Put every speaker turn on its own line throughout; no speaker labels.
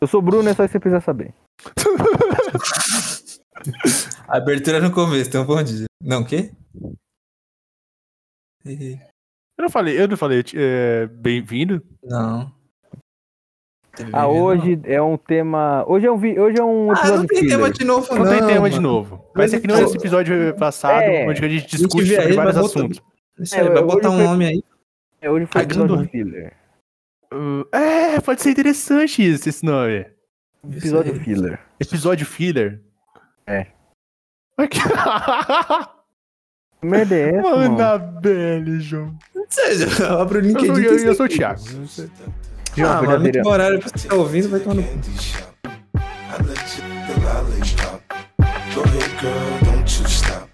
Eu sou Bruno, é só isso que você precisa saber.
Abertura no começo, então bom dia. Não, o quê? Ih,
Eu não falei, eu não falei, é, bem-vindo.
Não. Tem
Ah, hoje é um tema. Hoje é um, vi... hoje é um
Ah,
episódio.
não tem
filler.
tema de novo,
Não,
não.
tem tema
mano.
de novo. Vai ser que não
Mas então,
esse episódio passado,
É.
onde a gente discute
tiver
sobre
aí,
vários
mas bota-
assuntos.
Isso aí,
É,
vai
hoje
botar um
foi-
nome aí.
É, hoje foi um
Ah,
episódio
Gandor.
filler.
Uh, É, pode ser interessante isso, esse nome.
Isso
Episódio
aí.
filler.
Episódio filler.
É.
Mas que-
Que Merda é essa, mano.
Manabelle, João.
Ou Seja, abre o
Eu sou,
LinkedIn.
eu, eu sou o Thiago.
João,
Ah,
brincadeira.
mano, tá muito horário pra você tá ouvindo, vai tomar no cu.
I let you the lollipop. Go ahead, girl, don't you stop.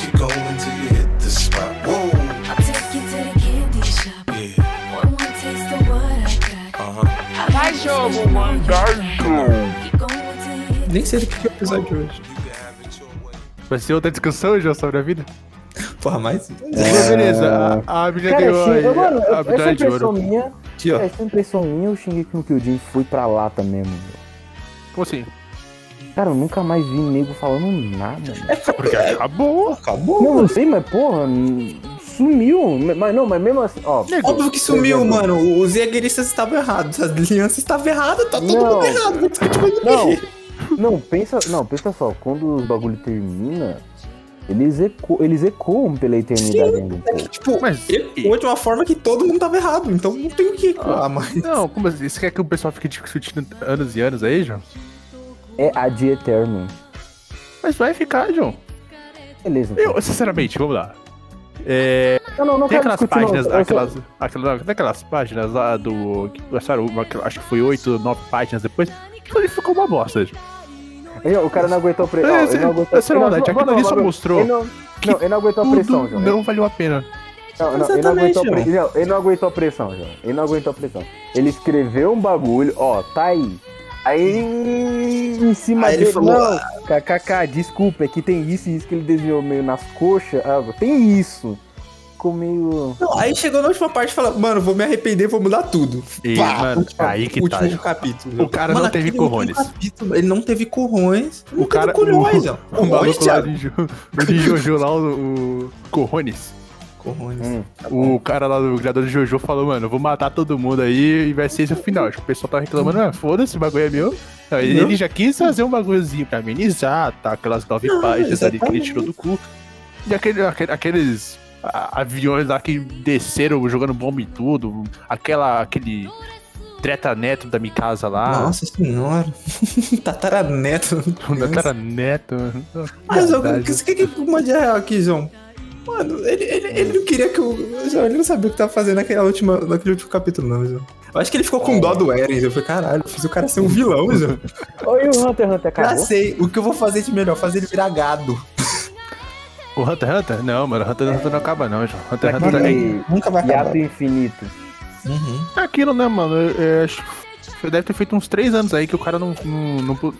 Keep going till you hit the spot. Whoa,
Take you to the candy shop.
yeah,
One more taste of what I got.
uh huh.
Vai jogo, mano.
Nem sei do que é o episódio de hoje.
You can have it your way.
Vai ser outra discussão, João, sobre a vida?
Porra, um mas.
Mas beleza, a, a menina
Cara,
ganhou
xinga,
aí,
mano,
a, a
essa
medalha de
impressão
ouro.
minha,
Aqui, ó.
essa impressão minha, eu xinguei que no Kyojin fui pra lá também, mano.
Como assim?
Cara, eu nunca mais vi nego falando nada, mano.
É
Tá, Porque é acabou.
Acabou.
Não, não sei, mas porra, sumiu. Mas não, mas mesmo assim, ó.
Nego.
Óbvio que sumiu,
Por exemplo.
mano. Os zagueiristas estavam errados, as alianças estavam erradas, tá todo
Não.
mundo errado. Vai discutir mais
Não,
ninguém.
não, pensa, não, pensa só, quando os bagulho termina, eles, eco, eles ecoam pela eternidade ainda um
É
pouco.
que, tipo,
Mas-
eu, de uma forma que todo mundo tava errado, então não tem o que ecoar mais.
Não, como assim? Você quer que o pessoal fique discutindo anos e anos aí, João?
É a de eterno.
Mas vai ficar, João.
Beleza. então.
Eu, sinceramente, vamos lá. É,
não, não, não
tem
quero
aquelas
discutir, não. Assim,
páginas,
Eu só-
aquelas, aquelas, tem aquelas páginas lá do. que Gastaram, uma- acho que foi oito, nove páginas depois. Aquilo ali ficou uma bosta, João.
Ei, é, O cara não aguentou a pressão.
É,
Ele não
é,
aguentou
é seriedade,
Ele não-
aquilo ali só
não,
mostrou
Ele não,
que
não, ele não aguentou a pressão,
Tudo
João.
não valeu a pena.
Não, não, ele, não
Exatamente,
aguentou a pre-
João.
não, ele não aguentou a pressão, João. Ele não aguentou a pressão. Ele escreveu um bagulho, ó, tá aí. Aí em cima
Aí ele
dele
falou,
não, KKK, desculpa, é que tem isso e isso que ele desenhou meio nas coxas. Ah, tem isso. Ficou meio.
Não, aí chegou na última parte e fala, mano, vou me arrepender, vou mudar tudo.
E, mano, aí que tá,
último
João.
capítulo.
O cara não teve
aquele último
corrones.
capítulo, ele não teve corrões.
O cara.
Corrões,
o,
ó.
o
Corrões,
maluco lá
Thiago.
de, Jo- o de Jojo lá, o, o Corrones.
Corrões.
Hum.
O cara lá do criador de Jojo falou, mano, eu vou matar todo mundo aí e vai ser esse o final. Acho que O pessoal tá reclamando, ah, foda-se, esse bagulho é meu. Aí
Não.
Ele já quis fazer um bagulhozinho pra amenizar, tá? Aquelas nove páginas ali que ele tirou do cu. E aquele, aquele- aqueles a- aviões lá que desceram jogando bomba em tudo. Aquela, aquele treta neto da Mikasa lá.
Nossa senhora. Tataraneto.
Ah. O cara neto.
Mas o
Verdade.
que você quer que uma de real aqui, João? Mano, ele, ele, ele não queria que o. João, ele não sabia o que tava fazendo naquela última, naquele último capítulo, não, João. Eu acho que ele ficou com dó do Eren. Eu falei, caralho, eu fiz o cara ser um vilão, João.
Oi, o Hunter x Hunter
Já
acabou.
sei. O que eu vou fazer de melhor? Fazer ele virar gado.
O Hunter x Hunter? Não, mano, Hunter x Hunter não acaba não, João. Hunter x Hunter é
Aquele
Nunca vai acabar.
hiato infinito.
Uhum.
É aquilo, né, mano? É, acho que deve ter feito uns três anos aí que o cara não, não, não, pu-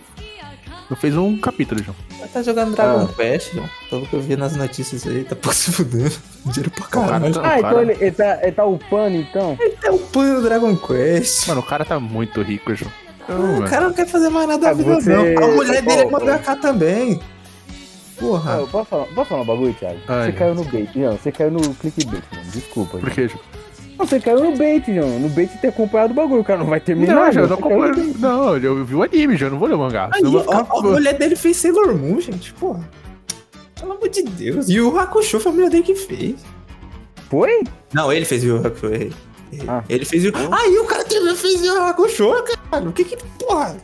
não fez um capítulo, João.
Ela tá jogando Dragon Quest, João. Pelo que eu vi nas notícias aí, tá pouco se fudendo. Dinheiro pra caralho.
Não,
Ah, então
cara.
ele, ele, tá, ele tá upando então?
É o plano do Dragon Quest. Ah,
Mano, o cara tá muito rico, João. Então,
o
mano,
cara não quer fazer mais nada da
Ah,
vida,
você-
não. A mulher dele é
Ô, ô.
mandraka também.
Ah,
Porra.
eu posso, falar, posso falar um bagulho, Thiago?
Ai,
você caiu no bait, João. Você caiu no clickbait, mano. Desculpa,
Por
João.
que, João?
Não, Você caiu no bait, João. No bait de ter comprado o bagulho. O cara não vai terminar.
Não, João, eu
João.
não
Você caiu no
comprei. Não, eu vi o anime, João, eu não vou ler o mangá.
Aí,
senão eu vou
ó,
ficar-
a, mulher dele fez Sailor Moon, gente. Porra. Pelo amor de Deus. E o Hakusho foi a mulher dele que fez.
bait. Foi?
Não, ele fez o Hakusho. errei. Errei.
Ah.
Ele fez o. Aí o cara também fez o Hakusho, caralho. O que que. Porra.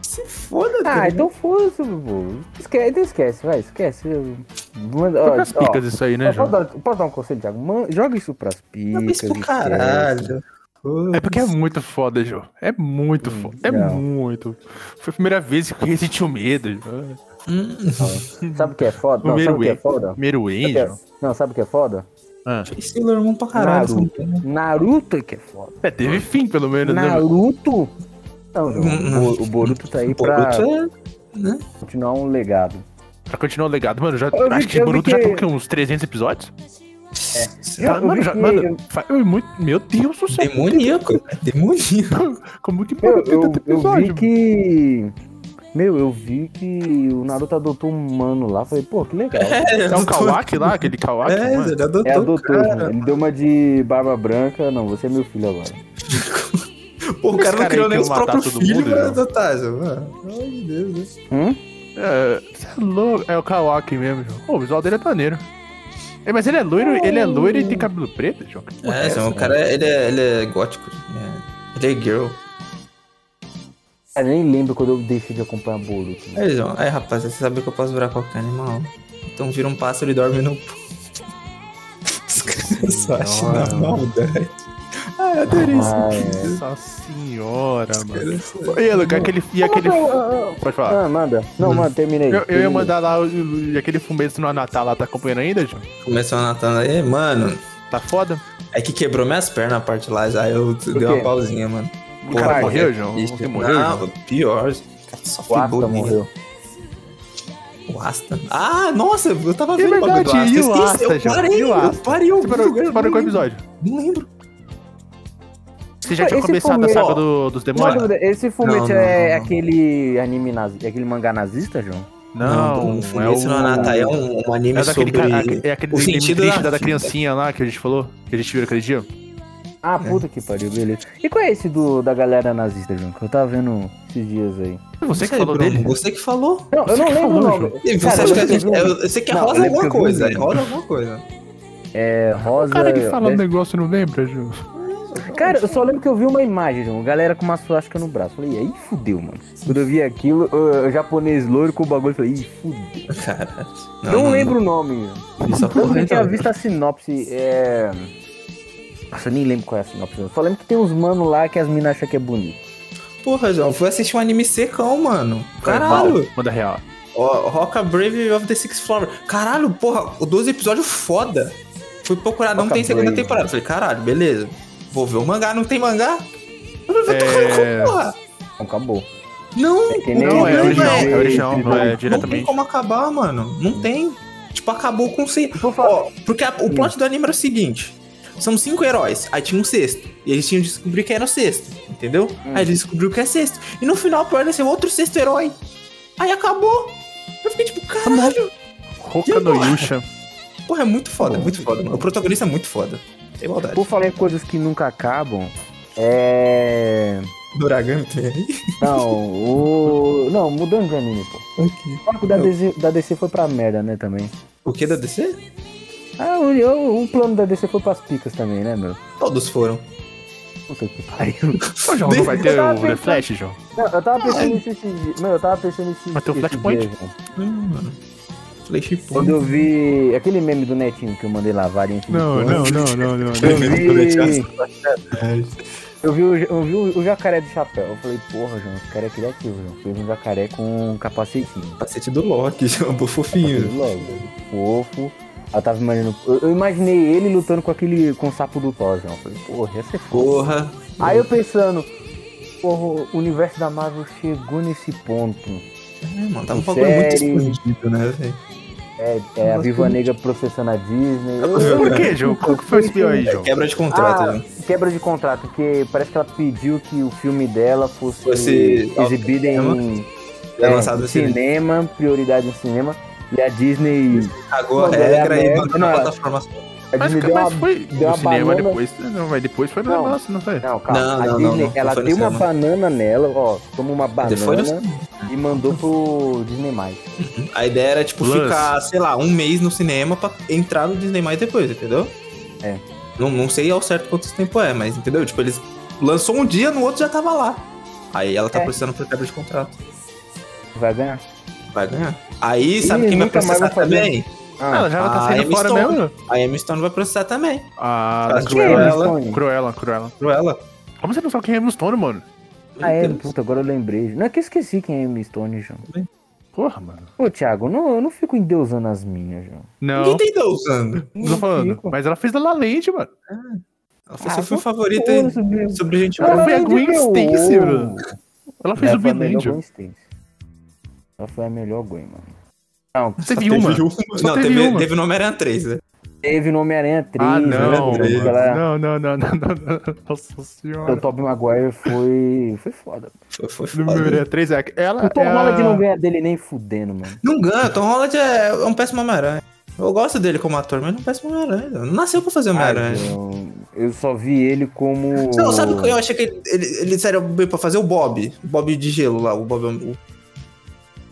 Se foda,
Ah,
cara.
então foda-se, pô. Esquece, então esquece, vai, esquece. Eu- Manda, ó,
Foi pras
ó,
picas isso aí, né,
posso,
João?
dar, posso dar um conselho, Thiago? Man- joga isso pras picas.
Não, isso pro
esquece.
caralho.
É porque é muito foda, João. É muito foda. É
Hum, Não.
muito. Foi a primeira vez que eu senti o medo. João.
Hum,
Sabe o que é foda? Não, sabe
Primeiro
o que é
win.
foda?
Primeiro
Sabe
win,
o que é-
João.
Não, sabe o que é foda?
Ah.
fez Sailor Moon pra caralho. essa
Naruto.
mulher.
Naruto é que é foda.
É, teve fim, pelo menos, né, mano?
Naruto? Não, João. o Bo- Hum, O Boruto tá aí pra
Boruto é-
continuar um legado.
Pra continuar o legado. Mano, já,
Eu vi-
acho que
eu vi
Boruto já
que-
tem o quê, uns 300 episódios?
é
Ah, mano, já, mano, fa- eu- muito- meu Deus do céu.
Demoníaco, é demoníaco.
Como que
Eu,
pode ter
eu,
tanto
eu vi
episódio?
que. Meu, eu vi que o Naruto adotou um mano lá. Falei, pô, que legal.
É um Kawaki lá, aquele Kawaki,
É,
mano.
ele adotou,
É adotou,
cara.
mano. Ele deu uma de barba branca. Não, você é meu filho agora.
Pô, o
Esse
cara não
cara
criou
aí
nem
que
os
matar
próprios
todo
filhos
mundo,
pra
não.
adotar, Zé, mano. Pelo amor de Deus, né?
Hum?
É, você é louco. É o Kawaki mesmo, João. Pô, o visual dele é maneiro. É, mas ele é loiro, ele é loiro e tem cabelo preto, João. Que porra
É, Zé, o cara, ele é, ele é gótico. é. Ele é girl.
Cara, eu nem lembro quando eu deixei de acompanhar Boruto. né?
Aí, João, É, aí, rapaz, você sabe que eu posso virar qualquer animal. Então vira um pássaro e dorme no... Os caras só acham na
Não.
maldade. Ah, eu adorei isso.
Ah,
é essa? Nossa senhora, mano.
Cara,
E, Luca, aquele, e aquele.
Ah,
Pode falar.
Ah, manda. Não, manda, terminei.
Eu, eu ia
Terminei.
mandar lá o- e aquele fumeto no Anatal lá, tá acompanhando ainda, João?
Começou a Natana aí, mano.
Tá foda?
É que quebrou minhas pernas a parte lá, já eu dei
quê?
uma pausinha, mano.
O
Pô,
cara
pai,
morreu,
é
João?
triste.
Você morreu,
Não,
João?
pior. O cara só
O Asta
ficou
morreu.
O Asta. Ah, nossa, eu tava
É
vendo o bagulho do
verdade,
Asta.
e
eu
o
esqueci,
Asta,
eu
João?
parei,
E o
eu
Asta?
parei. Eu
Você parou,
eu
você parou com o
não lembro.
episódio?
Não lembro.
Você já
Pô,
tinha
esse
começado a
fumeto-
saga do- dos
Uma
demônios?
dúvida, esse
Não,
fumete
não,
é
não, não.
aquele anime nazi, aquele mangá nazista, João?
Não, é
Esse não é Nata, é
o.
um, um anime
É daquele,
sobre...
cara, é aquele
o
anime
sentido
triste
da
da, da
vida.
criancinha lá que a gente falou, que a gente viu aquele dia.
Ah, puta que pariu, beleza. E qual é esse do, da galera nazista, João? Que eu tava vendo esses dias aí.
Você que
Aí,
falou
Bruno,
dele.
Você que falou.
Não, eu
Você
não
que
lembro o
falou,
nome.
E você
Cara,
acha que a
eu
gente...
lembro.
Eu, eu sei que
Não,
rola
eu lembro
alguma
que eu vi um
coisa,
vídeo.
rola alguma coisa.
É, rosa. deve-
um negócio não lembra, Ju.
Cara, eu só lembro que eu vi uma imagem, João. Galera com uma suástica no braço. Falei, aí fudeu, mano. Quando eu vi aquilo, o, o japonês loiro com o bagulho, falei, ih, fudeu.
Caralho.
Não, lembro o nome, João.
Isso
Tanto
é
que
porra,
eu tinha
então.
visto a sinopse. É. Nossa, eu nem lembro qual é a sinopse. Eu só lembro que tem uns mano lá que as minas acham que é bonito.
Porra, João, fui assistir um anime secão, mano. Caralho.
Manda real.
Ó, Roca Brave of the Six Flower. Caralho, porra, o 12 episódios foda. Fui procurar, não
Roca
tem segunda
Brave.
temporada. Falei, caralho, beleza. Vou ver o mangá, não tem mangá? Eu não vou
É.
tocar com porra.
Então acabou.
Não,
que
o
nem
Não, é
problema
original,
é-
é original, não é
Não tem
diretamente.
como acabar, mano. Não tem. Tipo, acabou o conceito.
Por favor.
Ó, porque a- o plot do anime era o seguinte: são cinco heróis, aí tinha um sexto. E eles tinham que descobrir quem era o sexto, entendeu? Aí eles descobriram que é sexto. E no final apareceu outro sexto herói. Aí acabou. Eu fiquei tipo, caralho.
Roca no Yusha.
Porra, é muito foda, é muito foda, mano. O protagonista é muito foda. Tem maldade.
Por falar em coisas que nunca acabam, é.
Duragami tem aí?
Não, o. Não, mudando de anime, pô. O arco da
Eu-
DC, da DC foi pra merda, né, também.
O que da DC?
Ah, o, o, o plano da DC foi pras picas também, né, meu?
Todos foram.
Puta que pariu.
Ô, João, não vai ter
Eu tava
o The
pensando-
Flash, João?
Não, eu tava pensando nisso esses dias. Mano, eu tava pensando nisso.
Mas tem o
esses
Flashpoint?
dias, mano.
Hum, mano. Flashpoint.
Quando eu vi aquele meme do Netinho que eu mandei lá, varinha. que me põe.
não, não, não.
Eu vi, eu vi, o, eu vi o, o jacaré do chapéu. Eu falei, porra, João, esse cara é criativo, João. Fez um jacaré com um capacetinho.
Capacete do Loki, jambô
Fez
fofinho.
Logo, fofo. Eu tava imaginando. Eu, eu imaginei ele lutando com aquele. com o sapo do Thor, João. Eu falei, porra, ia ser foda.
Porra.
Aí eu pensando, porra, o universo da Marvel chegou nesse ponto.
É, mano, tá um bagulho muito
Sério?
escondido, né, velho?
É, é a Viva Negra processando a Disney. Eu- eu-
Por que, João? Qual que foi esse pior aí, João?
Quebra de contrato,
Ah,
né?
quebra de contrato, porque parece que ela pediu que o filme dela fosse,
Fosse
exibido em,
É,
é,
lançado
em
no cinema.
cinema, prioridade em cinema, e a Disney,
Cagou a
Não, é
regra e
aberto,
mandou na
não.
plataforma.
a
Mas,
Disney deu
mas
uma,
foi
deu
no
uma
cinema
banana...
depois. Não, mas depois foi no
Não. Ah,
negócio, não foi?
Não, calma,
Não,
a
não,
Disney,
não, não
ela
foi no
deu uma
cinema.
banana nela, ó, tomou uma
Foi no
banana e mandou pro Disney+. Mais.
A ideia era, tipo,
Lance.
ficar, sei lá, um mês no cinema pra entrar no Disney mais depois, entendeu?
É.
Não, não sei ao certo quanto tempo é, mas entendeu? Tipo, eles lançou um dia, no outro já tava lá. Aí ela tá
É.
precisando por quebra de contrato.
Vai ganhar?
Vai ganhar. Aí, sabe
Ih,
quem vai
nunca mais
processar
vai fazer.
também?
Ah, Ela
Ah,
já tá
Ah,
saindo
Emma
fora
Stone.
mesmo.
A Emma Stone vai processar também.
Ah,
Ela
da
que
Cruella.
ela-
é Stone.
Cruella, Cruella.
Cruella.
Como você não sabe quem é Emma Stone, mano?
Ah, é,
Meu Deus.
puta, agora eu lembrei. Não é que eu esqueci quem é Emma Stone, João.
Porra, mano.
Ô, Thiago, não, eu não fico endeusando as minhas, João.
Não,
Ninguém tem tá usando.
não tô falando.
fico.
Mas ela fez da La Land, mano.
Ela fez
Ah,
seu filme
por
favorito
favor,
e-
meu.
sobre gente
Ela
branca.
foi a Gwen
meu
Stacy,
ovo.
mano.
Ela é
Ela fez o
foi a
Bill
melhor Gwen Stacy. Ela foi a melhor Gwen, mano. Não,
Você viu, mano?
Não,
teve
teve,
uma.
teve no Homem-Aranha 3, né?
Teve no Homem-Aranha 3.
Ah, não.
né?
três.
Galera,
Não, não, não, não, não, não. Nossa senhora.
O Tobey Maguire foi. Foi foda.
Foi, foi
No
foda.
número 3 é ela.
O Tom
é a-
Holland não ganha dele nem fudendo, mano.
Não ganha, Tom Holland é é um péssimo Homem-Aranha. Eu gosto dele como ator, mas não é um péssimo Homem-Aranha. Não nasceu pra fazer Homem-Aranha.
eu, eu só vi ele como.
Não, sabe é que eu achei que ele, ele, ele seria bem pra fazer o Bob. O Bob de gelo lá, o Bob. O,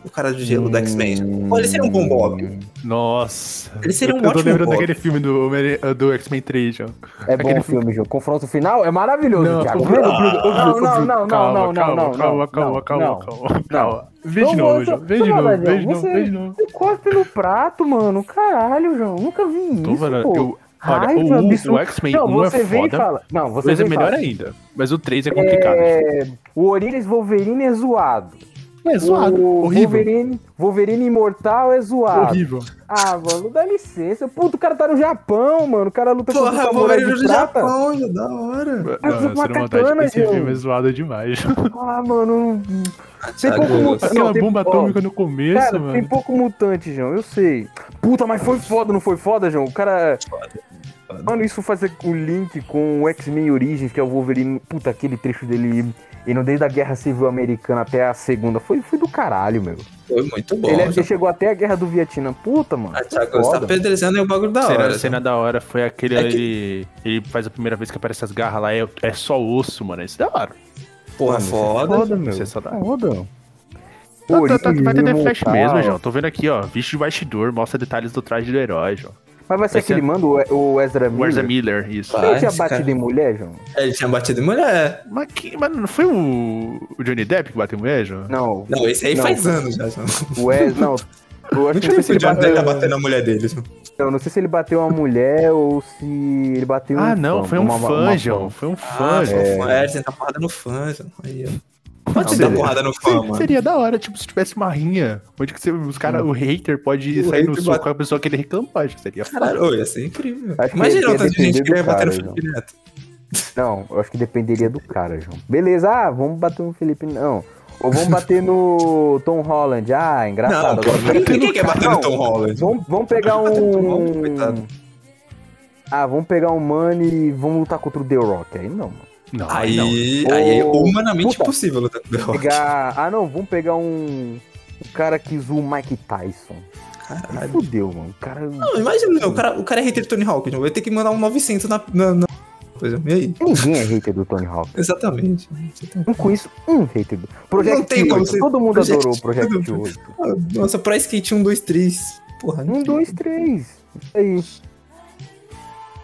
o cara de gelo do X-Men. Pô, Ele seria um bom Bob.
Nossa.
Ele seria um
eu, eu tô
ótimo
lembrando
Bob.
daquele filme do, Homem- do X-Men 3, já.
É bom
Aquele
o filme, João. Confronto final é maravilhoso,
Não,
Thiago.
ô, Bruno, ô, Bruno, ô, Bruno,
Não,
ô,
não,
Bruno,
não, não,
calma,
não,
calma,
não,
calma,
não,
calma,
não,
calma,
não.
calma, calma. Vê
Então,
de novo,
mano,
João. Vê
então,
de novo,
mano,
vê de
João,
novo, vê de novo.
Você cospe no prato, mano. Caralho, João. Nunca vi isso.
Tô falando,
pô.
eu- olha,
Raiva,
o- o
absurdo.
X-Men
Não,
1 é
você vem e
foda.
fala. Não, você
Mas é
vem e
melhor
fala.
ainda. Mas o 3 é complicado.
É, o Origins Wolverine é zoado.
É zoado,
O
horrível.
Wolverine, Wolverine Imortal é zoado.
Horrível.
Ah, mano, dá licença. Puta, o cara tá no Japão, mano. O cara luta
Porra,
contra o
o
samurai
Wolverine
de
do
prata.
Japão, ainda da hora.
Mas uma
Não, você não vontade
katana,
esse filme
João.
é zoado demais.
Ah, mano. Tem
Tá
pouco
grosso.
mutante.
Aquela
não, tem-
bomba
ó,
atômica no começo,
Cara,
mano.
tem pouco mutante, João. Eu sei. Puta, mas foi foda, não foi foda, João? O cara. Mano, isso faz o link com o X-Men Origins, que é o Wolverine. Puta, aquele trecho dele indo desde a Guerra Civil Americana até a Segunda. Foi, foi do caralho, meu.
Foi muito bom.
ele, é
já.
ele chegou até a Guerra do Vietnã. Puta, mano.
Ah,
foi
Thiago, você tá
foda.
pedrezando aí o bagulho da
A
hora.
cena,
já.
cena da hora foi aquele
assim. É que-
ele, ele faz a primeira vez que aparece as garras lá, é, é só osso, mano. Isso é da hora.
Porra, foda.
Foda, meu.
Isso é só da hora.
Foda.
Tá, tá, tá, que vai ter The Flash
Imortal.
mesmo, João. Tô vendo aqui, ó. Vixe de bastidor, mostra detalhes do traje do herói, João.
Mas vai ser
Vai ser-
aquele mando, o o Ezra Miller.
O Ezra Miller, isso.
Vai.
Ele tinha
Esse cara-
batido em mulher, João?
Ele tinha batido em mulher.
Mas, que, mas não foi o, o Johnny Depp que bateu mulher, João?
Não,
Não, esse aí
Não.
faz anos já. já.
o Ezra... Não, eu acho que não sei se
O
ele
John Depp tá
bateu...
batendo a mulher dele.
Não, não sei se ele bateu uma mulher ou se ele bateu
Ah, não,
fã,
foi um
uma-
fã,
uma
João. Foi um fã, João.
é. fã. É, ele tá porrada no fã. já. Aí, ó. Pode
Não,
dar
beleza.
porrada no fã, mano.
Seria da hora, tipo, se tivesse uma rinha, onde que você- os cara, o hater pode
O
sair no
hater
soco
bate-
com a pessoa que ele reclamar, acho que seria foda.
Caralho, ô, ia ser incrível.
Acho que ele
Imagina o
ia
tanto de gente que
defender
ia
do
bater no
cara,
Felipe Neto.
Não, eu acho que dependeria do cara, João. Beleza, ah, vamos bater no Felipe... Não, ou vamos bater no Tom Holland. Ah,
Não,
engraçado.
pô,
agora-
ninguém quer bater no
Não,
Tom Holland.
Vamos, vamos pegar
Vai bater no Tom Holland,
um...
coitado.
Ah, vamos pegar um Mano e vamos lutar contra o The Rock. Aí não, mano.
Não, aí não.
Aí,
Ô,
aí é humanamente
puta.
impossível lutar com o The Rock.
Pegar... Ah, não, vamos pegar um... O cara que zoou o Mike Tyson. Aí
Caralho.
fudeu, mano. O cara...
Não, imagina, o cara, o cara é hater do Tony Hawk, John. Vai ter que mandar um 900 na... na, na... coisa. E aí?
Ninguém é hater do Tony Hawk.
Exatamente.
Não conheço um hater do. Project
Não tem como
8.
ser-
Todo mundo
Project-
adorou o Project 8.
Ah, Nossa, Pro Skate 1, 2, 3. Porra,
Um, dois, três. É isso.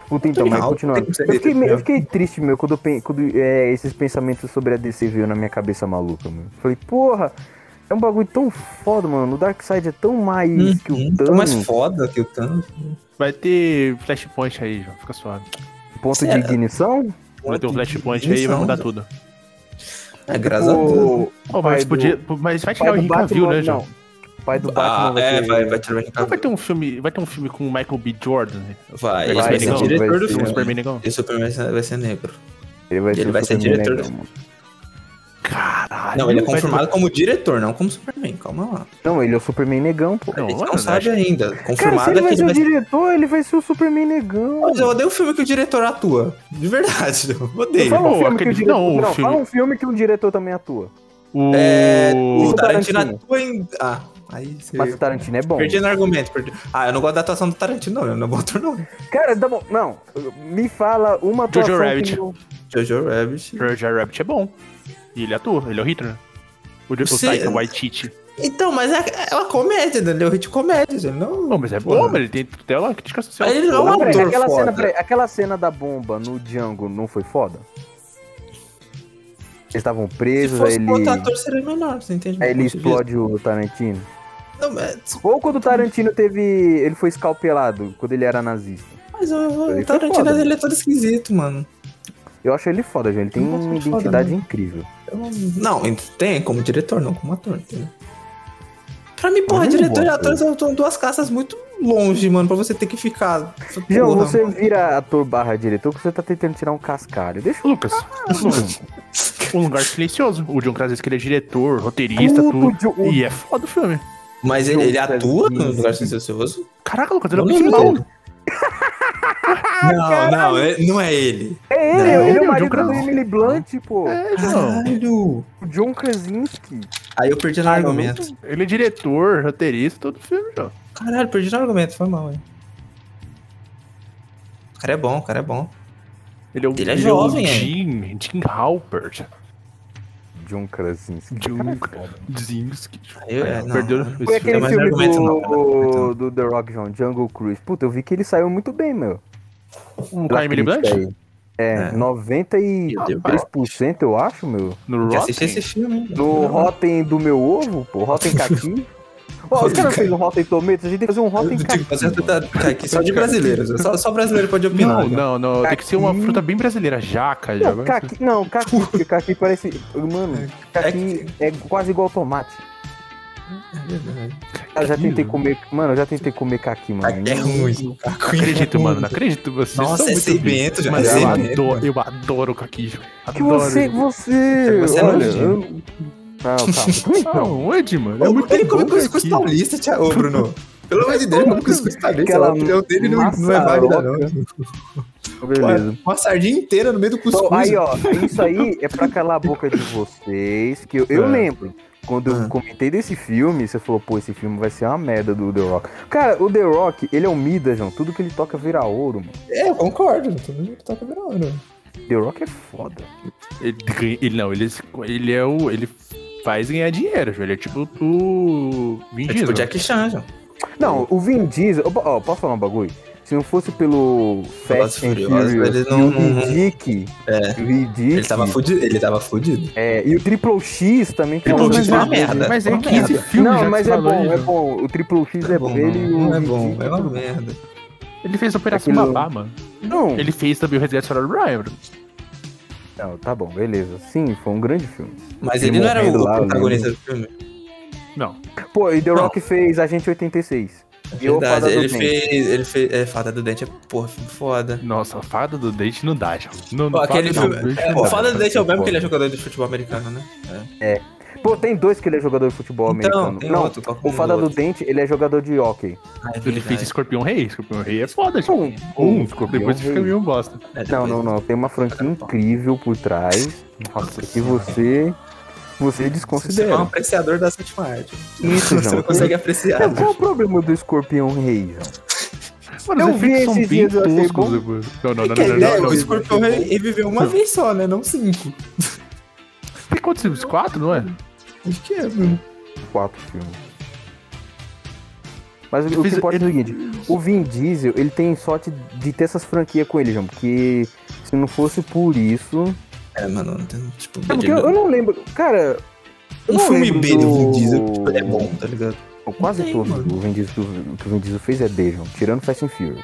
Puta, então,
Tony
mas
Hawk
continuando.
tem que ser
Eu fiquei,
hater,
eu
né?
fiquei triste, meu, quando, eu pen- quando é, esses pensamentos sobre a DC veio na minha cabeça maluca, mano. Falei, porra, é um bagulho tão foda, mano. O Darkseid é tão mais que
Uhum,
o
tão mais
Thanos.
foda que o Thanos.
Vai ter flashpoint aí, João. Fica suave.
Ponto de
Será?
ignição.
Vai ter um flashpoint aí e vai mudar
né?
tudo.
É, graças a Deus.
O
Ô,
pai
mas,
do-
podia, mas vai
pai
tirar o
do
Henry Cavill,
Batman,
né, João?
não. Pai do Batman
Ah,
vai
é,
ter-
vai, vai
Não
tirar o
vai
Henrique
ter um filme, vai ter um filme com o Michael B. Jordan. né?
Vai,
Vai,
ele vai
vai
ser
Negão.
diretor
então,
do
Vai ser.
O
filme.
Superman Negão.
E o Superman vai ser negro.
Ele vai
Ele
o
vai ser
Superman
diretor
negão,
do-
mano.
Caralho.
Não, ele é
vai ter- um-
confirmado como diretor, não como Superman. Calma lá.
Não, ele é o Superman negão, pô.
Não,
a gente
mano,
não
acho-
sabe ainda.
Cara, se
Confirmado
ele
é que
vai
ele
ser o
vai ser.
diretor, ele vai ser o Superman negão.
Mas eu odeio o filme que o diretor atua. De verdade, eu odeio.
Fala um
Pô,
filme que
aquele-
o diretor...
não, o
Não,
filme-
fala um filme que um diretor também atua.
O...
É, o
o
Tarantino
Tarantino.
atua em. Ah, aí você.
Mas o Tarantino é bom.
Perdi no argumento. Perdi... Ah, eu não gosto da atuação do Tarantino, não. Ele não é bom ator, não.
Cara, tá bom. Não, me fala uma
Jojo
atuação que
Rabbit.
não-
Jojo Rabbit.
Roger Rabbit é bom. E ele atua, ele é o Hitler. né? O, o
Você-
Taika Waititi.
Então, mas é, é uma comédia, né? Ele é um hit comédia, gente. Não,
Não, mas é
Pô,
bom, mas ele tem tela crítica social.
Mas ele não é um
Não, peraí,
ator
aquela,
foda.
cena, peraí, aquela cena da bomba no Django não foi foda? Eles estavam
Se
presos, aí
fosse
ele,
com outro ator, seria melhor, você entende?
aí ele
Meu ponto
explode o Tarantino.
de vista. Não, mas,
Ou quando o Tarantino teve. Ele foi escalpelado quando ele era nazista.
mas o,
Ele
o
foi
Tarantino
foda.
ele é todo esquisito, mano.
Eu acho ele foda, gente. Ele tem
Eu gosto
uma
de foda,
identidade
né?
incrível.
Eu não- não, ent- tem como diretor, não como ator, entendeu? é Pra mim, porra,
Mas eu não
diretor e
gosto.
ator são são duas caças muito longe, mano, pra você ter que ficar. Porra,
João, você
mano.
vira ator barra diretor que você tá tentando tirar um cascalho. Deixa eu
Lucas, Lucas, um lugar silencioso. O John Krasinski, ele é diretor, roteirista,
Tudo,
tudo.
John-
E é foda o filme.
Mas ele, ele atua no
Sim.
lugar silencioso?
Caraca, Lucas, ele é o
Eu não
principal.
Não, não, é- não é ele.
É ele,
Não,
ele é o
o John
marido do
Krasinski.
Emily Blunt, pô.
É, João.
Caralho.
O John Krasinski.
Aí eu perdi no argumento.
Ele é diretor, roteirista, todo filme, então. João.
Caralho, perdi no argumento, foi mal, hein. O cara é bom, o cara é bom.
Ele é o,
Ele é
o
jovem, é.
Jim, Jim Halpert.
John Krasinski.
Jim Zinski.
Eu- é, não.
Perdeu esse
Foi
filme.
aquele
Não é mais
filme
argumento, não, cara, não é
do,
argumento, não.
do The Rock, John, Jungle Cruise. Puta, eu vi que ele saiu muito bem, meu.
Um
Pela
Caio Emily
crítica
Blunt?
aí. É,
É.
93% eu acho, meu.
No
Já
Rotten?
assisti esse filme, hein?
No Rotten do meu ovo, pô. Rotten Caqui. Ó, os caras fez um Rotten Tomatoes, a gente tem que fazer um Rotten
Tem que fazer
Caqui.
tá- tá aqui só de brasileiros. Só, só brasileiro pode opinar. né?
Não, não, não. Tem que ser uma
Caqui.
fruta bem brasileira. Jaca, já.
Não, caqui, não, caqui,
tipo-
porque caqui parece. Mano, caqui é quase igual tomate.
É
Cara, já tentei comer. Mano, eu já tentei comer caqui, mano.
Aqui é ruim. Aqui é
Não acredito,
ruim.
mano. Não acredito. Vocês
Nossa,
são
é
muito
sebento,
bem.
já.
Mas
é
eu
sebento.
adoro, eu adoro o Caquijo.
Que você. Você.
Você é
olha, eu...
nojento.
Não, calma. Tu então.
Aonde, mano? É
Ô,
muito
ele come
bom
cuscuz
caqui.
paulista, tia, ô, Bruno. Pelo amor de Deus, como cuscuz paulista.
Aquela
A opinião dele não, não é válida, não.
Beleza.
Uma sardinha inteira no meio do cuscuz.
Bom, aí, ó, isso aí é pra calar a boca de vocês, que eu, eu
É.
lembro. Quando eu
Ah.
comentei desse filme, você falou, pô, esse filme vai ser uma merda do The Rock. Cara, o The Rock, ele é um Midas, João. Tudo que ele toca vira ouro, mano.
É, eu concordo. Tô vendo que tá virando.
The Rock é foda.
Ele, ganha- ele não, ele, ele é o. Ele faz ganhar dinheiro, velho. Ele é tipo o. Vin
É tipo
Diesel.
Jack Chan, já.
Não, o Vin Diesel... Ó, ó, posso falar um bagulho? Se não fosse pelo Fast and
Furioso,
Furious
ele
e
não-
o
não- não-
Riddick...
É.
o Riddick,
Ele tava fudido. Ele tava fudido.
é, e o Triple X também... que é um
Triple
dos
X é uma
mais-
merda.
Mas é
Uma
15
merda.
filmes já
Não,
que
mas
você
é
falou
bom,
aí,
é
João.
bom. O Triple X é
Não
bom.
é
Ele e o
não é
Riddick
bom, é uma merda.
Ele fez Operação
É
Aquilo-
Babá, mano.
Não,
Ele fez também o Resgate Solar do Ryan. bro.
Não, tá bom, beleza. Sim, foi um grande filme.
Mas
Ele
ele não era
morrendo
o
lá, né?
protagonista do filme.
Não.
Pô, e The
Não.
Rock fez Agente 86. E o Fada
Verdade,
do
ele
Dente.
fez, ele fez. É, Fada do Dente é porra, filme foda.
Nossa, a fada do dente não dá, já. Não,
Pô,
não,
aquele
fada não,
filme.
bicho,
é,
não
o
dá.
Fada do Dente é o mesmo que ele é jogador de futebol americano, né?
Pô, tem dois que ele é jogador de futebol
Então,
americano.
tem
Não,
outro. qual que é
o Fada do
outro?
Dente, ele é jogador de hockey.
Ah, é
Ele fez
verdade.
Escorpião Rei. Escorpião Rei é foda, já.
Um, um, Escorpião
Depois
Rei.
fica meio bosta.
É, depois-
Não, não, não. Tem uma franquia incrível por trás
Nossa
que você... Você
Você é um
desconsidera.
apreciador da sétima arte.
Isso,
Você
João.
não consegue apreciar.
Então, Qual o é problema do Escorpião Rei, João?
Mano,
Eu
os efeitos
vi
são
esses
bem
dias, eu achei
toscos.
bom.
depois. Não, não, não,
Que
não,
a
não,
ideia,
não, não.
o escorpião re- reviveu uma vez só, né? Não cinco.
Tem quantos filmes? Quatro, não é?
Acho que é, mano.
quatro filmes. Mas o-
Eu
o que
fiz-
importa é o
ele-
seguinte, o Vin Diesel, ele tem sorte de ter essas franquias com ele, João, porque se não fosse por isso...
É, mano, não tem, tipo,
É porque eu, eu não lembro, cara... eu
um
não
filme
lembro
B do Vin Diesel tipo, é bom, tá ligado?
Pô, Quase
Não tem,
todos
mano.
o Vin Diesel, que o- que o Vin Diesel fez é B, João, tirando Fast and Furious.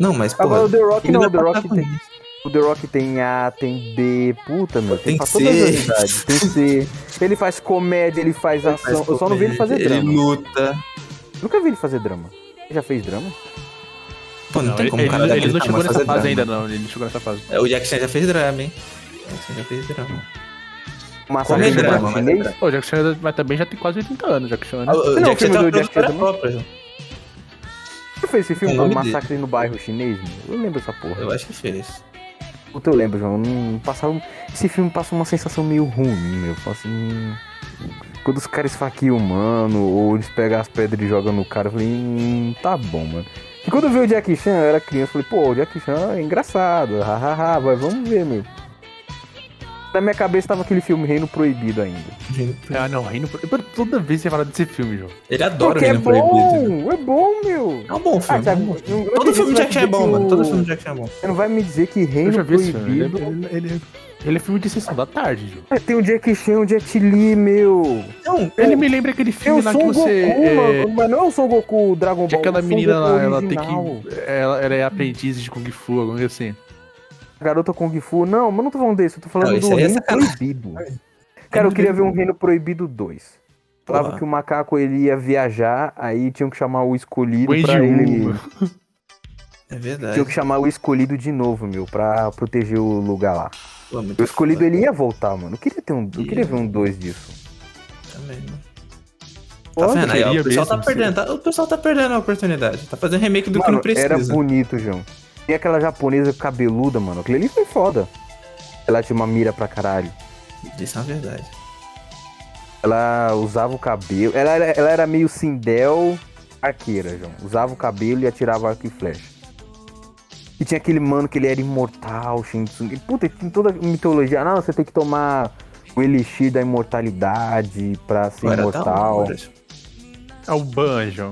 Não, mas,
Agora
porra,
Ah, o The Rock
ele
não,
não é
o The Rock, tem,
protagonista.
o The Rock tem A, tem B, puta, meu, tem,
Tem
pra todas
C.
as idades, tem C. Ele faz comédia, ele faz ação,
Mas,
eu só não vi ele fazer
ele
drama.
luta.
Nunca vi ele fazer drama. Ele já fez drama?
Pô, não, tem como
ele,
o cara
ele
daquele
não chegou
tamanho
nessa fase
fazer drama.
ainda, não. Ele não chegou nessa fase.
É, O Jack Chan já fez drama, hein? O Jack Chan já fez drama.
Massacre
Como é
do
drama,
Brasil
mas é
Chinês?
drama.
Pô, o Jack Chan, mas também já tem quase 80 anos, Jack Chan, né?
Ah, O
Não,
Jack
o filme
Chan
do
tá
Jack Chan
produtora
também.
própria, João.
Quem fez esse filme?
É o
O
nome
Massacre no Bairro Chinês? Meu? Eu lembro essa porra.
Eu acho que fez.
Puta, eu lembro, João. Não passava... um- Esse filme passa uma sensação meio ruim, meu. Fala assim... hum, Quando os caras esfaqueiam o mano, ou eles pegam as pedras e jogam no cara, eu falei, hum, tá bom, mano. E quando eu vi o Jack Chan, eu era criança, eu falei, pô, o Jack Chan é engraçado, hahaha, vai, vamos ver, meu. Na minha cabeça tava aquele filme Reino Proibido ainda. É.
Ah, não, Reino Proibido. Toda vez você fala desse filme, João.
Ele adora o
Porque é
Reino Proibido.
bom, é bom, meu.
É um bom
Ah,
filme. é
Thiago,
um bom filme.
não- não
Todo
acredito
filme
que
de Jack Chan é bom,
o-
mano. Todo filme de Jack Chan é bom.
Você tipo, não vai me dizer que
Eu já
Reino
vi esse filme. Ele, é
Proibido
ele, ele, ele é filme de sessão da tarde, João.
É, Tem o Jack Chan, o Jet Li, meu.
Não,
é
Ele me lembra aquele filme
Eu
lá
sou
que
o
você.
Goku,
é,
mano. Mas não eu sou o Goku o Dragon
que
Ball.
aquela
eu sou o
menina
Goku
lá, ela tem
original.
que. Ela, ela é aprendiz de Kung Fu, alguma coisa assim.
Garota Kung Fu. Não, mas não tô falando desse. Eu tô falando do
Não, esse aí é
Reino
sacanagem.
Proibido. Cara, eu queria ver um Reino Proibido 2. Falava
Porra.
que o macaco ele ia viajar, aí tinham que chamar o escolhido
Wendy
pra ele.
Wu.
É verdade.
Tinham que chamar o escolhido de novo, meu, pra proteger o lugar lá.
Pô, muito
O escolhido
foda
ele ia voltar, mano. Eu queria ter um. Eu queria ver um 2 disso.
também, mano. Tá
Olha,
vendo aí, ó,
queria
o pessoal
mesmo,
tá perdendo, tá- o pessoal tá perdendo a oportunidade. Tá fazendo remake do que
Mano,
não precisa.
Era bonito, João. E aquela japonesa cabeluda, mano. Aquilo ali foi foda. Ela tinha uma mira pra caralho.
Isso é uma verdade.
Ela usava o cabelo. Ela, era- ela era meio Sindel arqueira, João. Usava o cabelo e atirava arco e flecha. E tinha aquele mano que ele era imortal, Shinsung. E, Puta, tinha toda a mitologia. Não, você tem que tomar o elixir da imortalidade pra ser
Agora tá
imortal.
hora.
É o Banjo.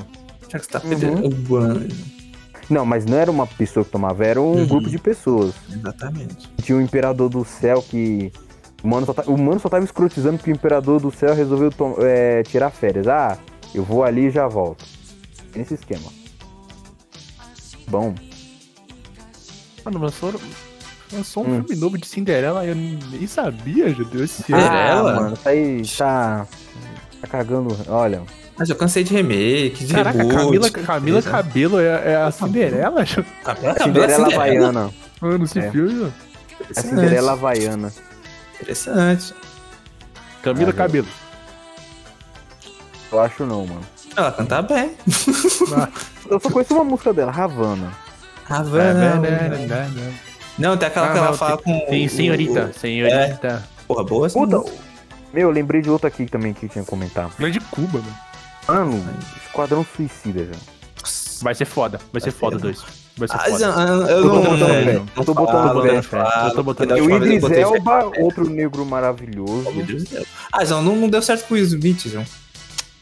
Já que você tá
Uhum.
perdendo o banho.
não, mas não era uma pessoa que tomava, era um
Uhum.
grupo de pessoas.
Exatamente.
Tinha o Imperador do Céu que. O mano só, ta- o mano só tava escrotizando que o Imperador do Céu resolveu to- é, tirar férias. Ah, eu vou ali e já volto. É Nesse esquema. Bom.
Mano, Ah, mas foram. Lançou um
Hum.
filme novo de Cinderela, eu nem sabia, meu Deus. esse ano.
Cinderela?
Ah, mano, tá aí. Tá. Tá cagando. Olha.
Mas eu cansei de remake, de
Caraca,
reboot.
Camila, Camila
Beleza.
Cabelo é, é a Cinderela?
Camila Cabello é
Cinderela
Cinderela.
Havaiana.
Mano, esse
É.
filme.
A
Interessante.
Cinderela é Havaiana.
Interessante.
Camila
Ah,
Cabelo.
Eu acho não, mano.
Ela canta bem.
Eu só conheço uma música dela, Havana.
É, né,
Havana. Tá Não, tem
Ah,
aquela que ela fala com.
Sim,
o- É.
senhorita. Senhorita.
o- Porra, boa essa
Puta.
música.
Meu, eu lembrei de outra aqui também que eu tinha que comentar.
Grande é Cuba, mano.
Mano, Esquadrão Suicida, já.
Vai ser foda. Vai ser foda, dois. Vai ser
Ah,
foda.
eu, eu
Eu tô
não,
botando
né,
fé,
não
eu tô botando
falo,
fé,
não
fé. Eu
falo,
tô botando
porque da
E é
fé.
última
o
vez Ah, eu
Idris
botei fé.
Elba, outro negro maravilhoso.
Oh, meu Deus do céu. Ah, João, não, não deu certo com o Smith, João.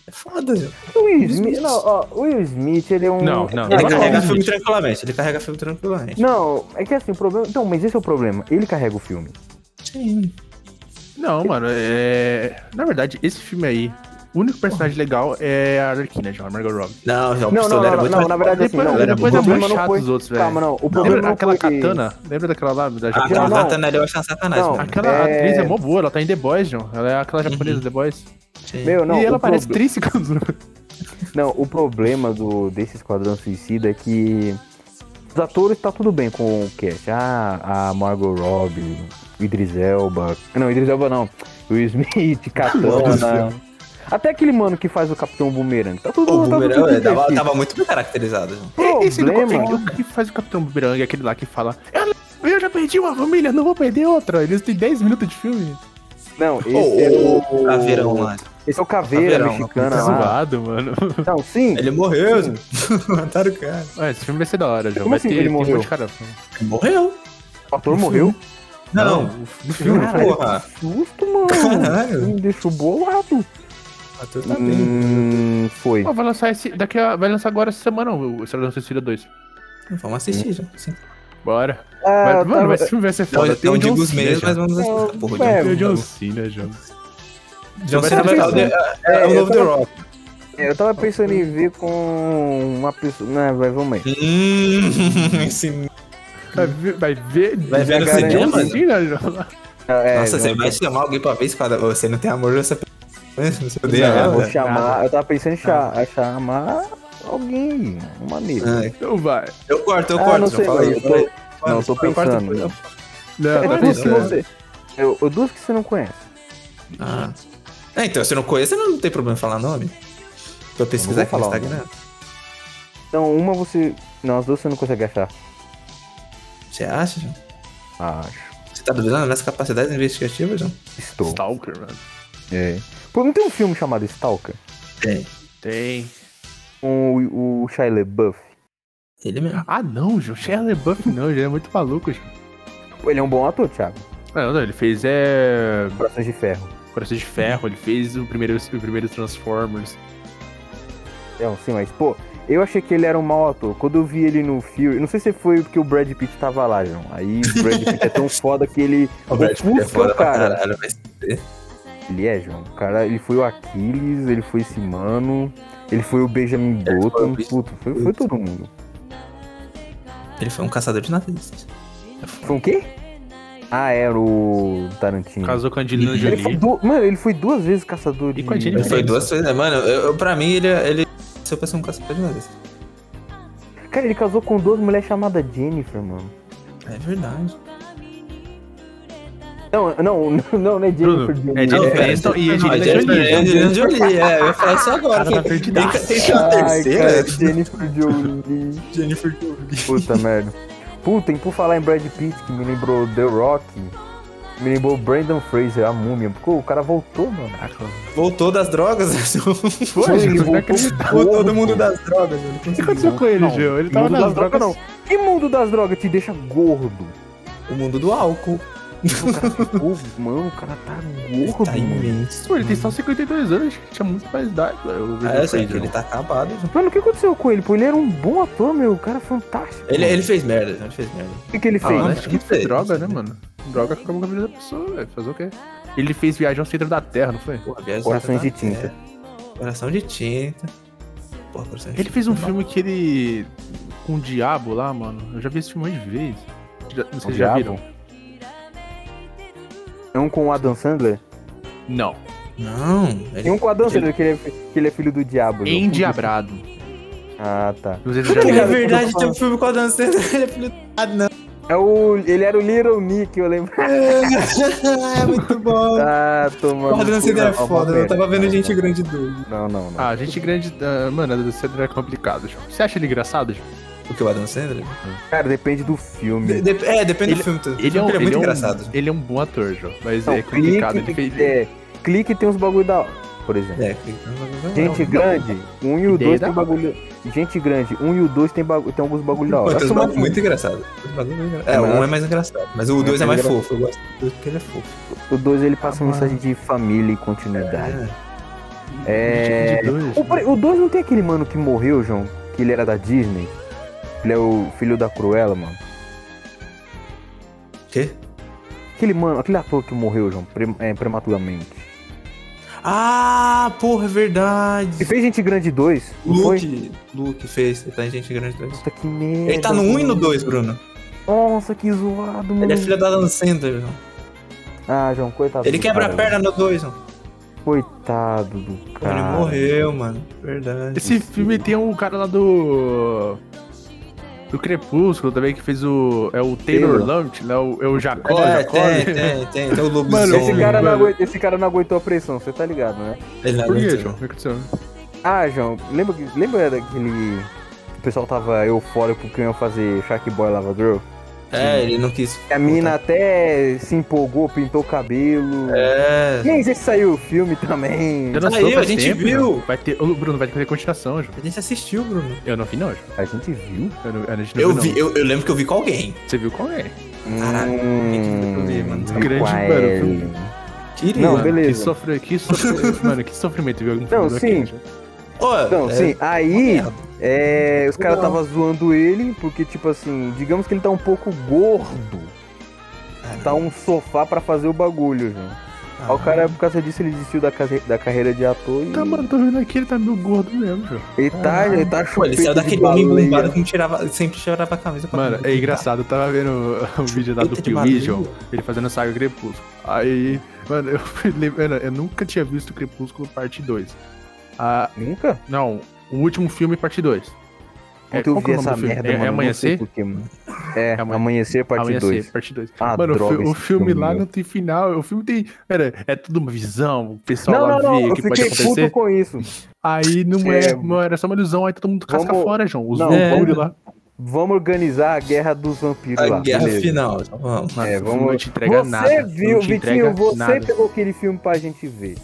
É foda, João.
O Will Smith, não, ó, o Will Smith, ele é um.
Não, não,
é,
Ele
não,
que-
carrega
não.
filme tranquilamente. Ele carrega filme tranquilamente.
não, é que assim, o problema. Então, mas esse é o problema. Ele carrega o filme.
Sim.
Não, mano, é. Na verdade, esse filme aí, o único personagem legal é a Arlequina, já, a Margot Robbie.
Não, João, o
Não, não,
pistoleiro é
não,
muito
não,
mais
na verdade, assim,
Depois,
não.
era
depois
o
é
problema
muito
não
chato
foi-
os outros, velho.
Calma, não. O problema
Lembra
não
aquela
foi-
katana? Lembra daquela lá? Da
Ah,
japonesa?
aquela
Não.
katana ali eu acho uma sacanagem.
Não.
mano.
Aquela
É.
atriz é mó boa, ela tá em The Boys, John. Ela é aquela japonesa The Boys.
Sim.
Meu, não.
e ela
o
parece
proble-
triste quando.
Não, o problema do, desse Esquadrão Suicida é que. Os atores tá tudo bem com o cast. Ah, a Margot Robbie, o Idris Elba. Não, Idris Elba não. O Will Smith, Katana. Até aquele mano que faz o Capitão Boomerang. Tá tudo
O
tá tudo
Boomerang é, tava,
divertido.
tava muito bem caracterizado. João.
Esse do
Problema.
Capitão- o que faz o Capitão Boomerang, é aquele lá que fala. "Ela- Eu já perdi uma família, não vou perder outra. Eles têm 10 minutos de filme.
Não, esse é
Ô,
o.
o caveirão lá.
Esse é o Caveira
Caveirão,
mexicana
tá
lá.
Zoado, mano.
Não, sim.
Ele morreu, João. Mataram o cara.
Ué, esse filme vai ser da hora, João.
Como
Vai
assim
ter
ele
tem um monte
morreu?
de cara.
Ele morreu.
O ator morreu.
Não,
no filme,
Caralho,
porra.
que susto, mano.
Caralho.
Me deixou bolado.
Matheus tá bem.
Hum, foi.
Pô, vai lançar esse. Daqui a, vai lançar agora essa semana o Estrela da Suicida 2.
Vamos assistir, João. Sim.
Bora.
Ah,
Vai- mano,
tava-
vai- esse filme vai ser
Não,
foda.
eu
Tem
não
o John
digo os
Cena,
meios,
João.
mas vamos assistir.
Não,
essa porra,
é,
Tem o John
John.
Cena, João.
John
vai
Cena
ser
vai-
legal.
é, é o
eu
novo The
tava-
Rock.
É, Eu tava pensando em ver com uma pessoa. Não, vai, vamos aí.
Hum, esse...
Vai ver. Vai ver,
Vai ver no
John
cinema, né?
Cena, João.
É,
Nossa,
não,
você vai chamar alguém pra ver esse quadro. Você não tem amor nessa pessoa. Você odeia
não, eu
ela.
É, vou chamar. Eu tava pensando em cha- a chamar alguém, uma amiga.
Ah,
Então vai.
Eu corto, eu
Ah,
corto.
não
João,
sei,
fala
não,
aí,
eu tô-
fala aí. Fala,
não, eu tô
fala, corta,
pensando.
corta.
Não,
É
tá
duas que
pensando.
você. Eu, eu duas que você não conhece.
Ah. É, então, se eu não conheço, não tem problema em falar nome. Pra eu pesquisar
Eu não
aqui no
vou falar
Instagram.
Então, uma você. Não, as duas você não consegue achar.
Você acha, João?
Acho.
Você tá duvidando das minhas capacidades investigativas, João?
Estou.
Stalker, mano.
É. Pô, não tem um filme chamado Stalker?
Tem.
Tem.
Com o, o Shia LaBeouf.
Ele mesmo.
Ah, não, João. Shia LaBeouf não, ele é muito maluco, João.
Pô, Ele é um bom ator, Thiago.
Não, não, ele fez é.
Corações de Ferro.
Coração de Ferro, ele fez o primeiro, o primeiro Transformers.
Não, É um, sim, mas, pô, eu achei que ele era um mau ator. Quando eu vi ele no filme, não sei se foi porque o Brad Pitt tava lá, João. Aí o Brad Pitt é tão foda que ele
O Brad Pitt é
ofusca
foda
o
pra
cara.
caralho, mas
Ele é, João. O cara, ele foi o Aquiles, ele foi esse mano, ele foi o Benjamin Button,
foi o
puto, foi, foi todo mundo.
ele foi um caçador de nazistas.
Foi o quê? Ah, era o Tarantino.
Casou com a Angelina
Ele foi
Jolie.
du- Mano, ele foi duas vezes caçador de...
E com a Jennifer
Ele foi
Isso.
duas coisas. Mano, eu, eu- pra mim, ele, ele nasceu pra ser um caçador de nazistas.
Cara, ele casou com duas mulheres chamadas Jennifer, mano.
É verdade.
Não, não, não, não é Jennifer.
Bruno, é
Jolie.
Jennifer
É,
Aniston e
Ah,
Angelina
Jennifer
Jolie. Jolie.
Angelina Jolie, é, eu ia falar isso agora.
Cara, tá
que-
perdidaço.
Tem tem uma
Ai,
É terceira?
cara, Jennifer é Jolie.
Jennifer Jolie.
Puta merda. Puta, e por falar em Brad Pitt, que me lembrou The Rock, me lembrou Brandon Fraser, a múmia. Porque o cara voltou, mano.
Caraca.
Voltou das drogas? né? Então,
Pô,
Ele
gente, não
voltou
acredito.
Voltou
gordo,
do mundo
pô.
das drogas, mano.
O que aconteceu com ele,
Não,
Gil? Ele
Não,
tava
mundo
nas
das
drogas,
drogas,
não.
não. Que mundo das drogas te deixa gordo?
O mundo do álcool.
Tipo, O cara ficou, mano, o cara tá gordo,
Tá
mano.
imenso.
Pô, ele tem só 52 anos, acho que tinha muito mais idade. o
Ah, eu sei
Fraser,
que ele
não.
tá acabado. já.
Mano, o que aconteceu com ele? Pô, ele era um bom ator, meu. O cara é fantástico.
Ele,
mano.
ele fez merda, ele fez merda.
O que, que ele
Ah,
fez?
Ah,
né?
acho que foi droga, né, mano? Droga acabou com a vida da pessoa, velho. Fazer o quê? Ele fez viagem ao centro da terra, não foi?
Porra, viagem
Corações
da-
de tinta.
é. Coração de tinta. Porra, coração de
Ele fez um filme que ele. com o diabo lá, mano. Eu já vi esse filme de vez. Já,
O
vocês já
Diabo?
viram?
Tem um com o Adam Sandler?
Não.
Não,
Tem
ele...
um com o Adam Sandler, que ele é, fi- que ele é filho do diabo. meu.
Endiabrado.
Ah, tá.
Não sei se vocês já
Porra, é
viram.
verdade, tem um filme com a Dan Sandler, ele é filho do... Ah, não.
É o, ele era o Little Nick, eu lembro.
É muito bom.
Ah, tomando.
Porra, a Dan
cu,
Sandler é
não, ó,
foda, eu
bobeira.
tava vendo
Não,
gente
não.
grande doido.
Não, não, não.
Ah, gente grande. ah, mano, a do Sandra é complicado. João. Você acha ele engraçado, João?
O que, o Adam Sandler?
Cara, depende do filme.
De- de- é, depende do filme. todo.
Ele é, um,
muito
ele, é um,
engraçado.
ele é um bom ator, João. Mas
Não,
é complicado. Ele
clique,
fez.
é, clique tem uns bagulho da hora, por exemplo.
É, ele-
Gente
não.
grande, um e o
Ideia
dois
da
tem bagulho. Gente grande, um e o dois tem, bagu- tem alguns bagulho da
Pô,
hora.
tem uns
Vai tomar
bagulho muito engraçado. Tem uns bagulho muito engra- É,
É,
um
mas-
é mais engraçado, mas o
Mas
dois é
é
mais
engraçado.
fofo. Eu gosto do dois porque ele é fofo.
O dois ele passa
Ah,
uma mensagem de família e continuidade. É.
um tipo De dois, né?
O, peraí, o dois não tem aquele mano que morreu, João? Que ele era da Disney? Ele é o filho da Cruella, mano.
Quê?
Aquele mano, aquele ator que morreu, João, pre- é, prematuramente.
Ah, porra, é
E
verdade.
fez Gente Grande 2? não Foi?
Luke, Luke fez, ele tá em gente grande dois.
Puta que merda.
Ele tá no 1 e no
mano.
2, Bruno.
Nossa, que zoado, mano.
Ele é filho da Dan Sandler. mano.
Ah, João, coitado.
Ele
do
quebra a
cara,
perna no 2, mano.
mano. Coitado do
Pô, Ele
cara.
morreu, mano. Verdade.
Esse filme tem um cara lá do. Do Crepúsculo também, que fez o. É o Taylor
Taylor.
Lamt, né? O, é o Jacó,
é,
Jacó. né?
tem, tem, tem, tem o
Mano,
lobisomem.
Esse cara, não
Mano.
aguentou, esse cara não aguentou a pressão, você tá ligado, né?
Ele não
Por que,
aguenta,
João? O que aconteceu?
Ah, João, lembra, que- lembra daquele. O pessoal tava eufórico que iam fazer Shark Boy Lava Girl?
É, ele não quis.
A mina até se empolgou, pintou o cabelo.
É.
Nem sei se saiu o filme também.
Eu não
Saiu,
sou, faz
a gente
tempo,
viu.
João. Vai ter, ô, Bruno, vai ter continuação, João.
A gente assistiu, Bruno.
Eu não vi, não, João.
A gente viu?
Eu, não, a gente não
Eu
não.
vi, eu, eu lembro que eu vi com alguém.
Você viu qual é?
Caraca, tem que ver pra eu ver, mano.
Hum,
Grande
com a
barulho.
Ellie.
Querido.
Não,
Mano,
beleza.
Que, sofre, que, sofre, mano, que sofrimento viu algum
Não,
filme
sim.
João?
Ó,
Então,
é,
sim, aí
merda.
é, os caras
Não.
tava zoando ele, porque, tipo assim, digamos que ele tá um pouco gordo. Tá um sofá pra fazer o bagulho, João.
Ah.
Aí Ah, o cara, por causa disso, ele desistiu da, case- da carreira de ator e
Tá, mano, tô vendo aqui, ele tá meio gordo mesmo, João.
ele tá, ele tá
Ah, Pô,
chupando
ele saiu
de
daquele homem
baleia.
bombado que não tirava, sempre tirava a camisa pra
Mano, é engraçado, eu tava vendo o vídeo lá do
Eita, de
Piuí,
barulho.
João, ele fazendo a saga Crepúsculo. Aí, mano, eu, fui lembrando, eu nunca tinha visto Crepúsculo parte 2. Ah,
Nunca?
não, o último filme parte 2. É,
Puta, eu
qual que
vi
é o nome
essa
do filme?
merda,
É- é
mano. eu não sei
Amanhecer?
por quê, mano. É,
Amanhe-
Amanhecer, parte
Amanhã
2.
ser, parte 2.
Ah,
mano, o fi-
droga,
o
esse
filme
filme, é
lá
meu.
não tem final. O filme tem. Pera, é tudo uma visão, o pessoal
Não,
lá
não,
vê
não,
o
eu
que pode
fiquei puto
acontecer.
com isso.
Aí não é,
É.
mano, era só uma ilusão, aí todo mundo casca
Vamos-
fora, João. Os
Não,
bagulho
é.
lá.
Vamos organizar a guerra dos vampiros
A
lá.
guerra
beleza.
final. então Vamos.
Mano,
É,
o filme
vamos-
não te entrega
você
nada. o
viu,
filme não te entrega
Vitinho, você
nada.
pegou aquele filme pra gente ver.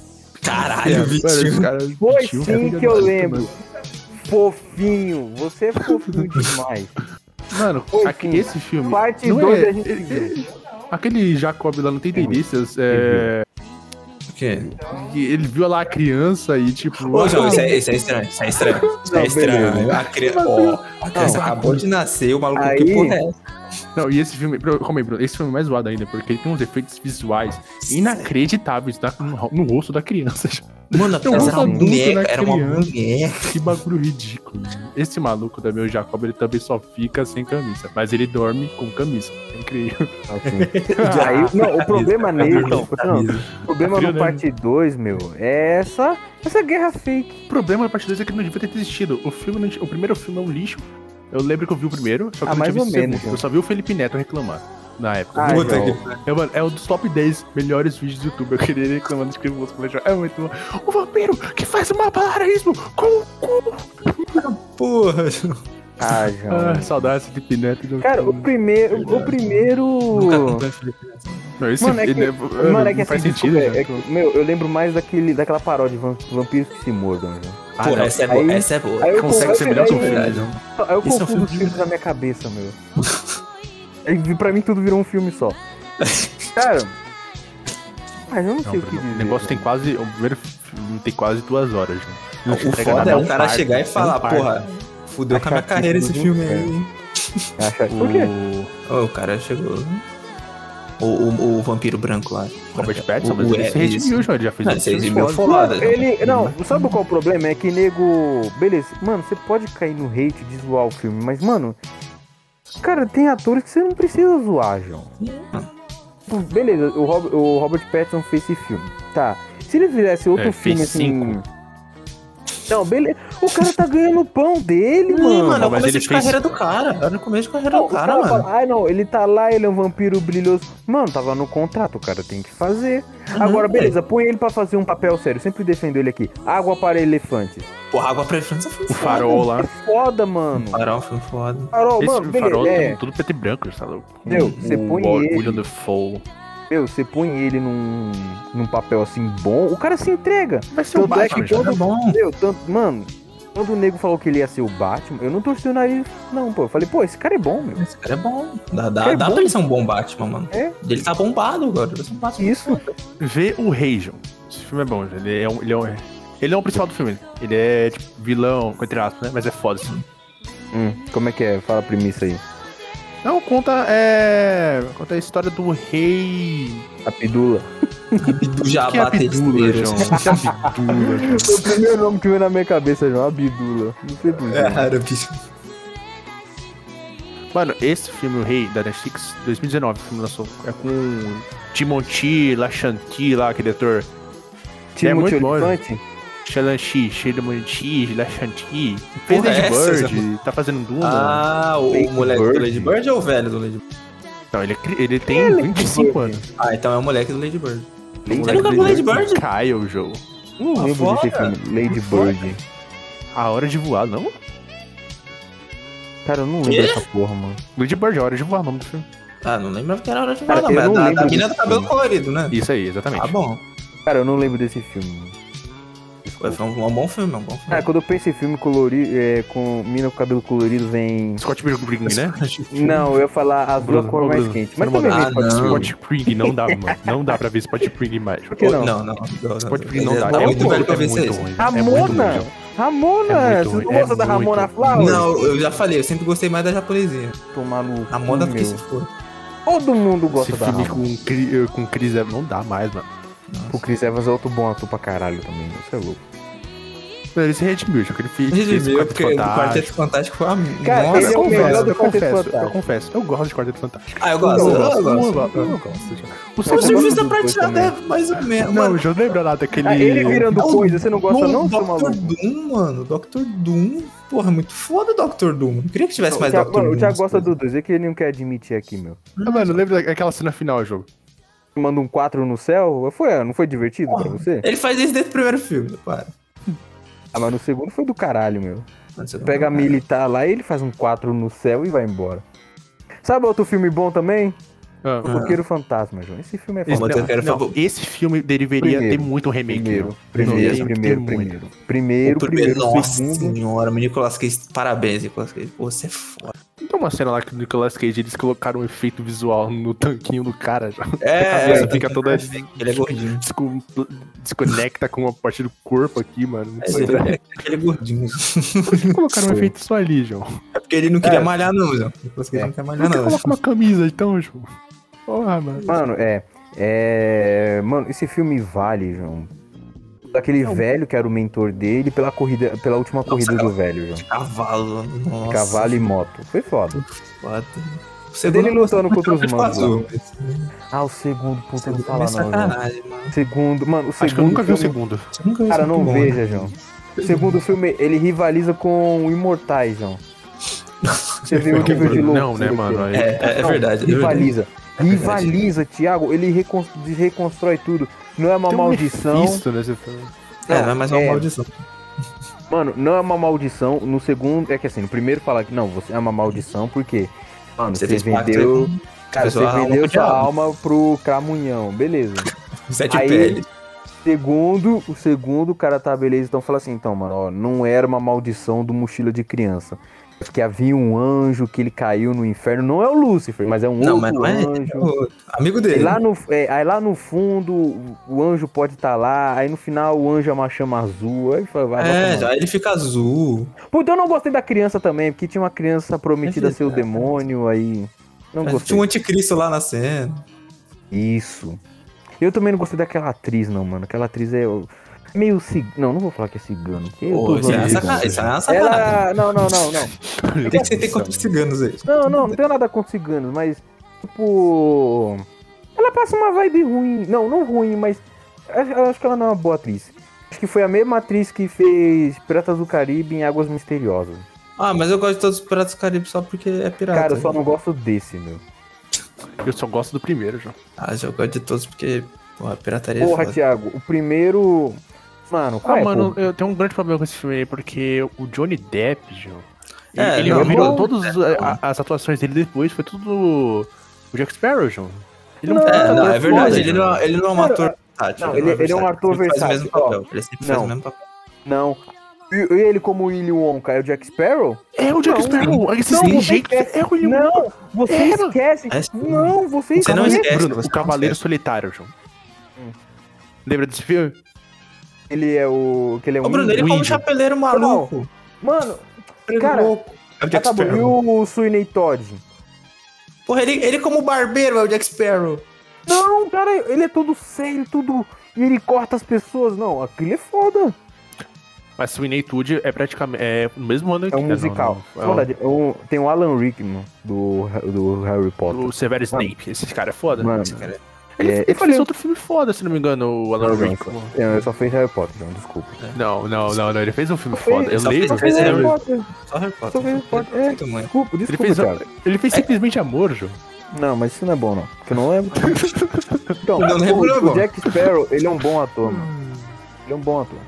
Caralho,
Mano, os
Vitinho.
caras-
Foi
Vitinho, é
sim
cara,
que eu
mano.
lembro. Fofinho, você é fofinho demais.
Mano,
Foi
aqui,
sim.
esse filme.
Parte
não
2
é-
a gente viu.
Aquele Jacob lá não tem delícias. É,
O quê?
que ele viu lá a criança e tipo.
Ô, João,
ah,
isso é, isso é estranho. Isso é estranho. Isso é
Não,
estranho. A criança, ó, a criança
Não.
acabou de nascer, o maluco que
Aí-
porra é essa?
Não, e esse filme, bro, calma aí, Bruno, esse filme é mais zoado ainda, porque ele tem uns efeitos visuais inacreditáveis tá, no, ro- no rosto da criança.
Mano, a
Tem um
criança era uma
rosto adulto
boneca.
na
Era uma
criança.
boneca.
Que bagulho ridículo. Esse maluco também, o Jacob, ele também só fica sem camisa, mas ele dorme com camisa. É incrível. Ah,
Assim. Aí, não, o
tá
problema nele, tipo assim,
Não,
não, o problema
Frio,
no
né?
parte 2, meu, é essa, essa guerra fake.
O problema da parte 2 é que não devia ter existido. O, filme não ti- o primeiro filme é um lixo. Eu lembro que eu vi o primeiro, só
Ah,
que eu não
mais
tinha
ou
visto o segundo.
menos, né? Ah, então.
Eu só vi o Felipe Neto reclamar na época.
Ai,
Puta
não.
que pariu.
É, mano, é um dos top 10 melhores vídeos do YouTube. Eu queria ele reclamando de que música é muito bom. O vampiro que faz uma barbarismo com o cu.
Porra, João.
Ah, João.
Ah, saudades de Pineto. do-
Cara, o primeiro. O primeiro.
Nunca acompanho o Felipe Neto.
Não, esse
Mano, é que,
ele-
mano, é
não
que assim,
faz
desculpa,
sentido,
é-
né?
é que- meu, eu lembro mais daquele, daquela paródia, Vam- Vampiros que se mordam, né? João.
Pô,
não.
essa é boa,
Aí-
essa é boa.
aí eu
Consegue
converso-
ser melhor que o
aí-
filme, né?
Aí eu
Esse é um
confundo
filme
os
de-
filmes na minha cabeça, meu. Aí, pra mim tudo virou um filme só. Cara. Mas eu não
Não,
sei o que dizer.
o negócio tem
velho.
quase. O primeiro filme tem quase duas horas, né? João. Não
O
chega
foda
nada,
é
um
o cara
par,
chegar e
um
falar,
par.
porra, fudeu com a minha
Achar que
carreira esse
tudo
filme aí.
bem.
hein?
Acha- Por quê?
O
Ô, o cara chegou. O, o, o vampiro branco lá.
Robert Pattinson,
O-
mas
o-
ele
é,
se redimiu,
isso.
João. Ele já fez um
Não,
outros
ele
filmes
se redimiu,
fodas.
foi Foda,
Mano, ele. Não,
Uhum.
sabe qual é o problema? É que nego. Beleza, mano, você pode cair no hate de zoar o filme, mas, mano. Cara, tem atores que você não precisa zoar, João. Tipo,
Uhum.
Beleza, o, Rob- o Robert Pattinson fez esse filme. Tá. Se ele fizesse outro
É, fez
filme assim. Não, beleza. O cara tá ganhando o pão dele,
Mano,
mano.
mano, é o
mas
começo
ele
de
fez-
carreira do cara. Era no começo de
Não,
carreira do
o
cara,
cara
mano.
fala, ai não, ele tá lá, ele é um vampiro brilhoso. Mano, tava no contrato, o cara tem que fazer. Agora,
velho.
beleza, põe ele pra fazer um papel sério. Sempre defendo ele aqui. Água para elefantes.
Porra, Água pra França foi
O
foda.
farol lá.
É foda, mano.
Farol foi foda.
Farol,
Esse
mano, beleza.
farol
é.
tem tudo preto e branco, tá louco?
Meu,
O-
você põe
o
ele-
William Dafoe.
Meu, você põe ele num, num papel assim bom, o cara se entrega.
Vai ser o
Tanto é que
Batman, João.
quando-
Tá bom.
Meu, tanto, mano, quando o nego falou que ele ia ser o Batman, eu não torci o nariz, não, pô. Eu falei, pô, esse cara é bom, meu.
Esse cara é bom. Dá, dá,
É
dá
bom.
pra ele ser um bom Batman, mano.
É.
Ele tá bombado agora. Ele vai ser um Batman.
Isso.
Vê o Rei, João. Esse filme é bom, João. Ele é um. Ele é, um, ele é um principal do filme. Ele é tipo, vilão, entre aspas, né? Mas é foda. Assim.
Hum, como é que é? Fala a premissa aí.
Não, conta, é, conta a história do rei.
A Pidula.
Do Jabá
que é Abdula,
Testeiro.
João? Que é Abdula, João?
Foi o primeiro nome que veio na minha cabeça, João. A Bidula. Não sei porquê.
É raro, bicho.
Mano, esse filme, O Rei, da Netflix, 2019, o filme lançou. É com Timothy Lachanti lá, aquele ator.
Timothy
muito bom,
Olyphant?
Chalanchi, Chelamoti, Lachanti. Fez
Porra, é
Lady
essa,
Bird, tá fazendo Duna.
Ah, o
Lady
moleque
Bird.
do Lady Bird ou o velho do Lady Bird?
Não, ele, é cri- ele tem
Ele é
25
Bird.
anos.
Ah, então é o moleque do Lady Bird.
Lady
O moleque
nunca
do
viu Lady Bird?
Kyle, o jogo.
Não
Tá
Ah,
lembro desse
foda.
filme. Lady Bird.
A Hora de Voar, não?
Cara, eu não lembro dessa porra, mano.
Lady Bird, A Hora de Voar, o nome do filme.
Ah, não lembro que era a hora de
Cara,
falar,
eu
não, mas tá,
não
da,
lembro
da mina do
disso,
cabelo
mano.
colorido, né?
Isso aí, exatamente.
Tá bom.
Cara, eu não lembro desse filme. mano.
Foi foi um, um bom filme, é um bom
Cara,
filme.
quando eu penso em filme colorido, é, com mina com cabelo colorido, vem...
Scott Pilgrim, né?
Não, eu ia falar azul é a cor
Bruno,
mais
Bruno,
quente.
você
Mas
não
também
mandou-
vem
Ah,
Scott
não.
Pilgrim.
Scott Pilgrim não dá, mano. Não dá pra ver Scott Pilgrim mais.
que
Ô,
não?
Não, não. não,
Scott Pilgrim
Ele
não
é
dá. É
muito
muito
velho pra
ruim,
ver
é
isso.
muito
aí.
Tá
ruim. É muito
Ramona!
ruim, João.
Ramona! Você
É muito
não
ruim, é
gosta da
muito
Ramona
ruim.
Flowers?
Não, eu já falei, eu sempre gostei mais da japonesinha.
Tomar no
A moda
cu,
que se
Hum, meu.
for.
Todo mundo
Esse
gosta da
filme
Ramona.
com, Cri- eh, com Chris Evans não dá mais, mano.
O Chris Evans é outro bom ator pra caralho também. Você é louco.
Mano, Ele se redimiu, João, que ele fez.
Ele
fez
viu,
Quarteto
porque o Quarteto
Fantástico.
Fantástico foi a
Cara,
Mano,
ele é
eu
o melhor
confesso,
do Quarteto
eu confesso, eu
Fantástico.
confesso. Eu gosto de Quarteto Fantástico.
Ah, eu gosto, eu gosto.
eu
Eu
gosto,
gosto.
eu gosto, João. O
O
Eu
segundo.
serviço da
gosto dos dois
praticada
também.
é mais ou menos.
Não,
mano.
eu não lembro lá daquele.
Ah, ele virando
Não,
coisa, você não gosta
Mano,
não, seu
Dr.
maluco?
Doom, mano. Dr. Doom. Porra, é muito foda o Dr. Doom. Eu queria que tivesse
O
mais
Thiago,
Dr.
mano,
Doom.
o Thiago gosta do 2, é que ele não quer admitir aqui, meu.
Ah, mano, lembra daquela cena final, jogo?
Manda um 4 no céu, foi, não foi divertido pra você?
Ele faz isso desde o primeiro filme, para.
Ah, mas no segundo foi do caralho, meu.
Mano, você não-
Então,
é um
Pega a militar lá e ele faz um 4 no céu e vai embora. Sabe outro filme bom também?
Ah.
O Coqueiro Fantasma, João. Esse filme é
Esse,
Ó,
foda.
mas eu quero
não,
falar-
esse filme deveria
Primeiro.
ter muito remake.
Primeiro,
João.
primeiro,
Tem-
primeiro,
tem
primeiro.
muito.
Primeiro,
O
primeiro,
Nossa
segundo.
senhora, meu Nicolas Cage, parabéns, Nicolas Cage. Pô, você é foda.
Tem uma cena lá que o Nicolas Cage eles colocaram um efeito visual no tanquinho do cara, já. a
É,
cabeça fica toda
ele é gordinho.
desco- desconecta com uma parte do corpo aqui, mano. Não
É,
sei.
ele é aquele gordinho.
Por que colocaram um
Sim.
efeito só ali, João? Por
É porque ele não queria malhar, não, João. Nicolas Cage
É.
não quer
que
malhar, não.
coloca uma camisa então, João? Porra, mano.
Mano, é. É. Mano, esse filme vale, João. Daquele velho que era o mentor dele pela corrida, pela última corrida do
cara.
velho, João.
Cavalo, nossa.
Um Cavalo e moto. Foi foda.
Foda. é
Você dele lutando contra os manos. lá.
Azul.
Ah, o segundo, puta, eu não
é
fala não, João.
sacanagem, mano.
Segundo, mano, o segundo.
Acho que eu nunca vi o
filme-
segundo.
Você nunca viu
Cara,
isso
não
muito bom,
veja,
né?
João. O segundo filme, ele rivaliza com o Imortais, João. Você
um
viu o nível de louco?
Não, né, mano? Aí-
É, é, é
Não,
verdade. é verdade.
Rivaliza.
verdade.
Rivaliza, Thiago. Ele recon- reconstrói tudo. Não é uma
Tem um
maldição.
Mephisto nesse filme.
é,
É, mas é uma maldição.
Mano, não é uma maldição. No segundo, é que assim, no primeiro falar que não, você é uma maldição, porque, mano, você,
fez pacto
vendeu.
com- Cara,
você
sua alma
vendeu
pro
sua
diabo.
alma pro Cramunhão, beleza.
Sete
Aí-
peles.
Segundo, o segundo, o cara tá beleza, então fala assim, então, mano, ó, não era uma maldição do mochila de criança. Que havia um anjo que ele caiu no inferno. Não é o Lúcifer, mas é um
Não,
outro
mas não é.
anjo.
é o Amigo
E
dele.
lá no, é, aí lá no fundo, o- o anjo pode estar lá, aí no final o anjo é uma chama azul. Aí fala, vai, vai
É,
tomar.
já ele fica azul.
Puta, eu não gostei da criança também, porque tinha uma criança prometida a ser o
Exato.
demônio, aí. Não
é, Mas Tinha
gostei.
um anticristo lá na cena.
Isso. Eu também não gostei daquela atriz, não, mano. Aquela atriz é. o- Meio cigano. Não, não vou falar que é cigano. porque eu tô
Pô, isso é
zoando
uma
cigano.
saca- isso é uma sacanagem.
Ela. Não, não, não, não.
O que que você tem contra os ciganos aí?
Não, não, não tenho nada contra ciganos, mas. Tipo. Ela passa uma vibe ruim. Não, não ruim, mas. eu- Eu acho que ela não é uma boa atriz. Acho que foi a mesma atriz que fez Piratas do Caribe em Águas Misteriosas.
Ah, mas eu gosto de todos os Piratas do Caribe só porque é pirata.
Cara, eu só não gosto desse, meu.
Eu só gosto do primeiro, João.
Ah, eu gosto de todos porque, porra, pirataria é
Porra,
foda.
Thiago, o primeiro. Mano, qual
Ah,
é,
mano,
pô?
eu tenho um grande problema com esse filme aí, porque o Johnny Depp, João,
É,
ele
não,
virou
não.
todas a- as atuações dele depois, foi tudo o Jack Sparrow, João. Ele
Não,
É, não,
foda,
é verdade.
gente.
ele, não, ele não é um
Cara,
ator versátil.
não, ele- ele é um ator
Ele faz o mesmo
versátil, ó.
papel. Ele sempre faz
Não.
o mesmo papel.
Não. E, e ele como Willy Wonka é o Jack Sparrow?
É o Jack
Não,
Sparrow, esse
não, você
jeito
esquece.
é o William
Não, você
Era.
esquece.
É sim.
Não, você
Você não
esquece.
esquece, Hum.
Bruno,
você
o
não
Cavaleiro
esquece.
Solitário, João. Lembra desse filme?
Ele é o. Que ele é um
Ô, Bruno, ele
índio.
é um chapeleiro maluco.
Mano,
Ele
Cara,
louco. É o Jack
acabou. Ah, tá E
Sparrow.
o Sweeney Todd?
Porra, ele, ele como barbeiro é o Jack Sparrow.
Não, cara, ele é todo sério, tudo. E ele corta as pessoas. Não, aquilo é foda.
Mas Sweeney Todd é praticamente. É no mesmo ano
É um
que-
musical.
não, não. É
Verdade, é um- tem o Alan Rickman do, do Harry
o,
Potter.
o Severo Snape. Esse cara é foda.
Mano,
Esse cara é-
ele,
é,
ele
ele
fez
fez-
outro filme foda, se não me engano, o Alan Rickman.
é, eu eu só fiz Harry Potter, João, desculpa.
Não, não, não, não. Ele fez um filme foda. Eu
só
lembro.
Só
fez
fiz
eu
Harry
Harry
lembro.
Potter.
Só Harry Potter.
Só Harry Potter, é.
Muito bom.
Desculpa,
Ele
desculpa,
fez,
Thiago.
ele fez simplesmente amor, João.
Não, mas isso não é bom, não. Porque eu não lembro. então,
Não lembro, não Hum. é
o,
bom.
o Jack Sparrow, ele é um bom ator, mano. Ele é um bom ator.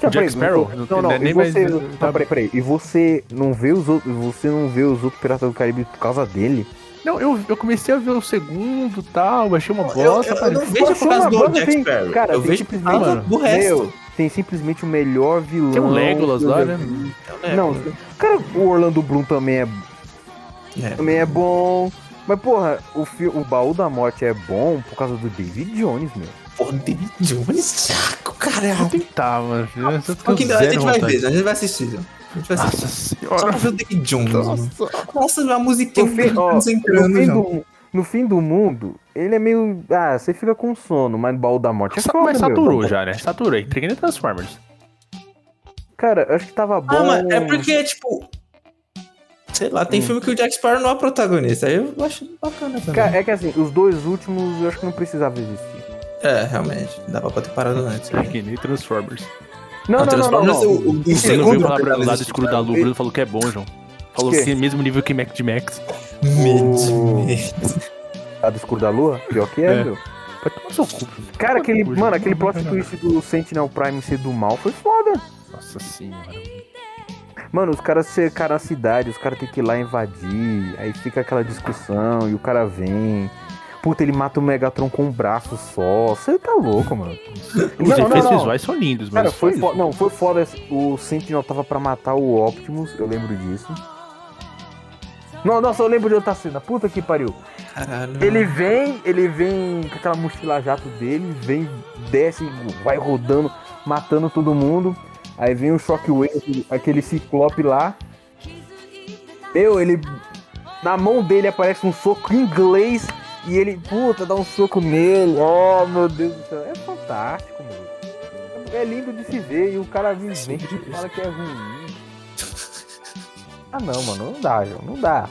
Tá,
Jack
peraí,
Sparrow?
Não,
Não
não,
tem
não, e
nem mais-
você,
tá-
não, peraí, peraí. E você não vê os outros. Você não vê os outros Piratas do Caribe por causa dele?
Não, eu, eu comecei a ver o segundo e tal, achei uma
Eu, eu,
bosta.
eu não
mas-
vejo por causa
é Uma
do
banda
Jack
tem-
Sparrow.
cara,
eu
tem
vejo por
simplesmente-
causa do resto.
Meu, tem simplesmente o melhor vilão.
Tem o Legolas
que eu
lá,
já
né?
vi.
É,
Não, cara, o Orlando Bloom também é
é.
Também é bom. Mas, porra, o, fi- o Baú da Morte é bom por causa do David Jones, meu.
Porra, David Jones, saco,
Vou
caralho.
tentar, mano. Eu só tenho
Então, que- a gente
zero
vai
vontade.
ver, a gente vai assistir. né? A gente vai assistir.
Nossa
Só
senhora.
pra ver o David Jones, mano.
Nossa.
Nossa, a musiquinha
No um fim, ó, um
tá nos
no,
entrando,
fim
João.
do, no fim do mundo, ele é meio. Ah, você fica com sono, mas Baú da Morte é
Sa-
foda,
Mas
meu.
saturou já, né? Saturou. Entreguei nem Transformers.
Cara, acho que tava bom.
Ah, mas é porque, tipo. Sei lá, tem filme que o Jack Sparrow não é protagonista. Aí eu acho bacana também.
Cara, é que assim, os dois últimos eu acho que não precisava existir.
É, realmente. Dava pra ter parado antes. né?
Entreguei nem Transformers.
Não, não, não, não.
Transformers,
é
não.
o- o- o
Você não
segundo
viu falar pra
protagonista
lado escuro da Lu,
Ele-
Bruno falou que é bom, João. Falou
Que?
que é mesmo nível que Mac de Max.
O-
Mid, mid.
A do escuro da lua? Pior que é,
É.
meu.
Vai tomar no seu cu, Bruno.
Cara, aquele.
Hoje
Mano,
não
aquele
vai
plot
nada.
twist do Sentinel Prime ser do mal foi foda.
Nossa senhora.
Mano, os caras cercaram a cidade, os caras têm que ir lá invadir, aí fica aquela discussão e o cara vem. Puta, ele mata o Megatron com um braço só. Você tá louco, mano.
Os efeitos visuais são lindos,
Cara,
mas.
foi
só
foda.
isso.
Não, foi foda. esse- O Sentinel tava pra matar o Optimus, eu lembro disso. Não, nossa, eu lembro de outra cena. Puta que pariu.
Caralho.
Ele vem, ele vem com aquela mochila jato dele, vem, desce, vai rodando, matando todo mundo. Aí vem o Shockwave, aquele ciclope lá. Meu, ele. Na mão dele aparece um soco em inglês e ele, puta, dá um soco nele. Oh, meu Deus do céu. É fantástico, meu. É lindo de se ver e o cara me vem e fala que é ruim. Ah, não, mano, não dá, João, não dá.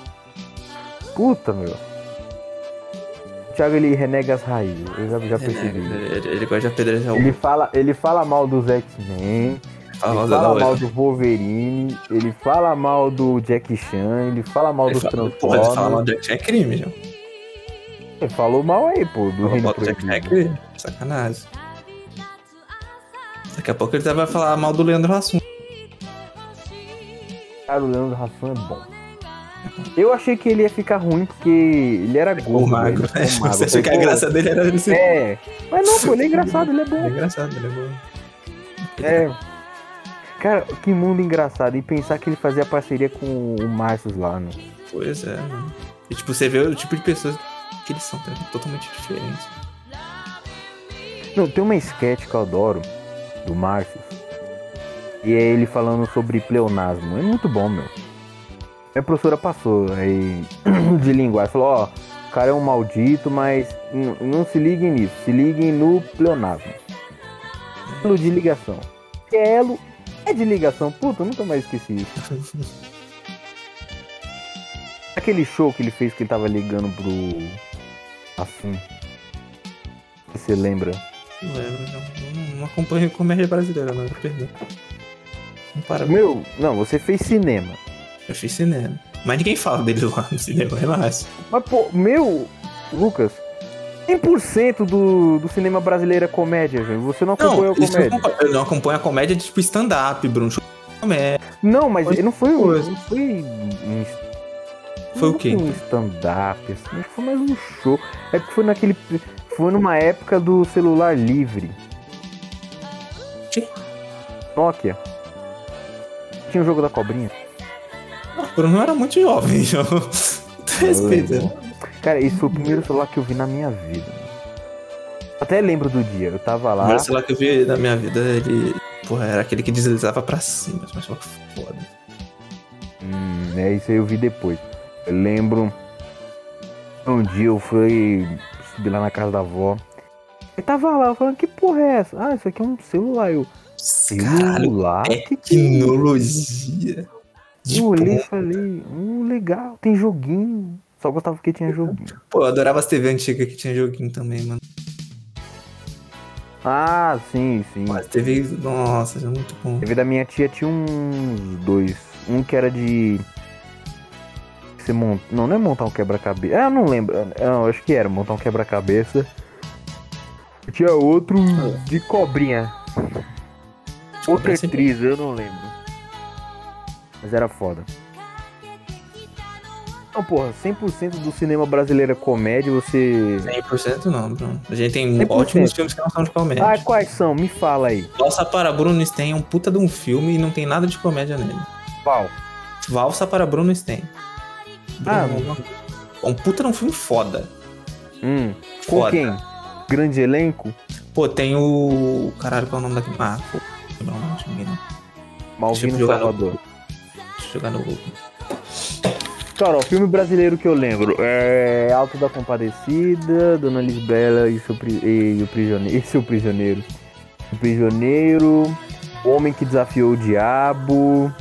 Puta, meu. O Thiago ele renega as raízes, eu já, já
Ele, é
percebi.
ele- ele gosta de apedrejar o.
Ele fala, ele fala mal dos X-Men, ele
Fala Ah, da
fala mal
hora.
do Wolverine, ele fala mal do Jack Chan, ele fala mal
Ele
dos
fala- Porra, ele fala mal
Transformers.
do Jack Chan é crime, João.
Ele falou mal aí, pô, do
Fala
Reino
mal do Jack Chan é
Proibido.
crime. Sacanagem. Daqui a pouco ele vai falar mal do Leandro Hassum.
Cara, o Leandro Hassum é bom. Eu achei que ele ia ficar ruim porque ele era
O
gordo.
magro.
ele ficou magro.
né? Você achou que a
Pô,
graça dele era ele ser
É. Mas não, pô, ele é engraçado, ele é
É
bom.
engraçado, ele é bom.
É. Cara, que mundo engraçado. E pensar que ele fazia parceria com o Marcius lá, né?
Pois é, mano. E tipo, você vê o tipo de pessoas que eles são tá? totalmente diferentes.
Não, tem uma sketch que eu adoro, do Marcius. E é ele falando sobre pleonasmo. É muito bom, meu. Minha professora passou aí de linguagem. Falou, ó, o cara é um maldito, mas n- não se liguem nisso. Se liguem no pleonasmo. Elo de ligação. Que é elo é de ligação. Puta, eu nunca mais esqueci isso. Aquele show que ele fez que ele tava ligando pro... Assim. Você lembra?
Não lembro, não. Não, não acompanho é comédia brasileira, não, perdão. Não para.
Meu, não, você fez cinema.
Eu fiz cinema. Mas ninguém fala dele lá no cinema, relaxa.
Mas, pô, meu, Lucas, 100% do, do cinema brasileiro é comédia, velho. Você não
Não,
acompanhou a
isso eu,
comédia.
acompanho, eu não acompanho a comédia de tipo stand-up, Bruno. Show de Comédia.
Não, mas
Mas
ele não foi um.
coisa.
Não foi um
Foi o
não
quê?
Um stand-up, assim, acho que foi mais um show. É que foi naquele. Foi numa época do celular livre.
Quê?
Nokia. Tinha o jogo da cobrinha.
O Bruno era muito jovem, então. Respeita.
Cara, esse foi o primeiro celular que eu vi na minha vida. Até lembro do dia, eu tava
O
lá.
primeiro celular que eu vi na minha vida, ele. Porra, era aquele que deslizava pra cima. Mas só que foda.
Hum, é isso aí eu vi depois. Eu lembro um dia eu fui subir lá na casa da avó. Eu tava lá falando, que porra é essa? Ah, isso aqui é um celular. Eu,
Caralho,
celular? que que é?
tecnologia. Tipo, De
Eu olhei e
ponta.
falei, hum, legal, tem joguinho. Só gostava que tinha joguinho.
Pô, eu adorava as TV antigas que tinha joguinho também, mano.
Ah, sim, sim.
As TV, nossa, era muito bom.
TV da minha tia tinha uns dois. Um que era de. Você monta... Não, não é montar um quebra-cabeça. Ah, eu não lembro. Não, eu acho que era montar um quebra-cabeça. E Tinha outro de cobrinha. Outra
parece-
atriz, eu não lembro. Mas era foda. Não, porra, 100% do cinema brasileiro é comédia, você.
100% não, Bruno. A gente tem
100%.
ótimos filmes que não são de comédia.
Ah, quais são? Me fala aí.
Valsa para Bruno Sten é um puta de um filme e não tem nada de comédia nele.
Pau.
Valsa para Bruno Sten.
Ah,
Bruno, é um puta de um filme foda.
Hum. Com
Foda.
quem? Grande elenco?
Pô, tem o. Caralho, qual é o nome daquele. Ah, pô, não lembro o nome de ninguém, não.
Malvino
Tipo,
Salvador.
Deixa eu jogar no Google.
Cara, o filme brasileiro que eu lembro é Alto da Compadecida, Dona Lisbela e, seu pri- e o Prisioneiro. E seu Prisioneiro. O Prisioneiro, O Homem que Desafiou o Diabo.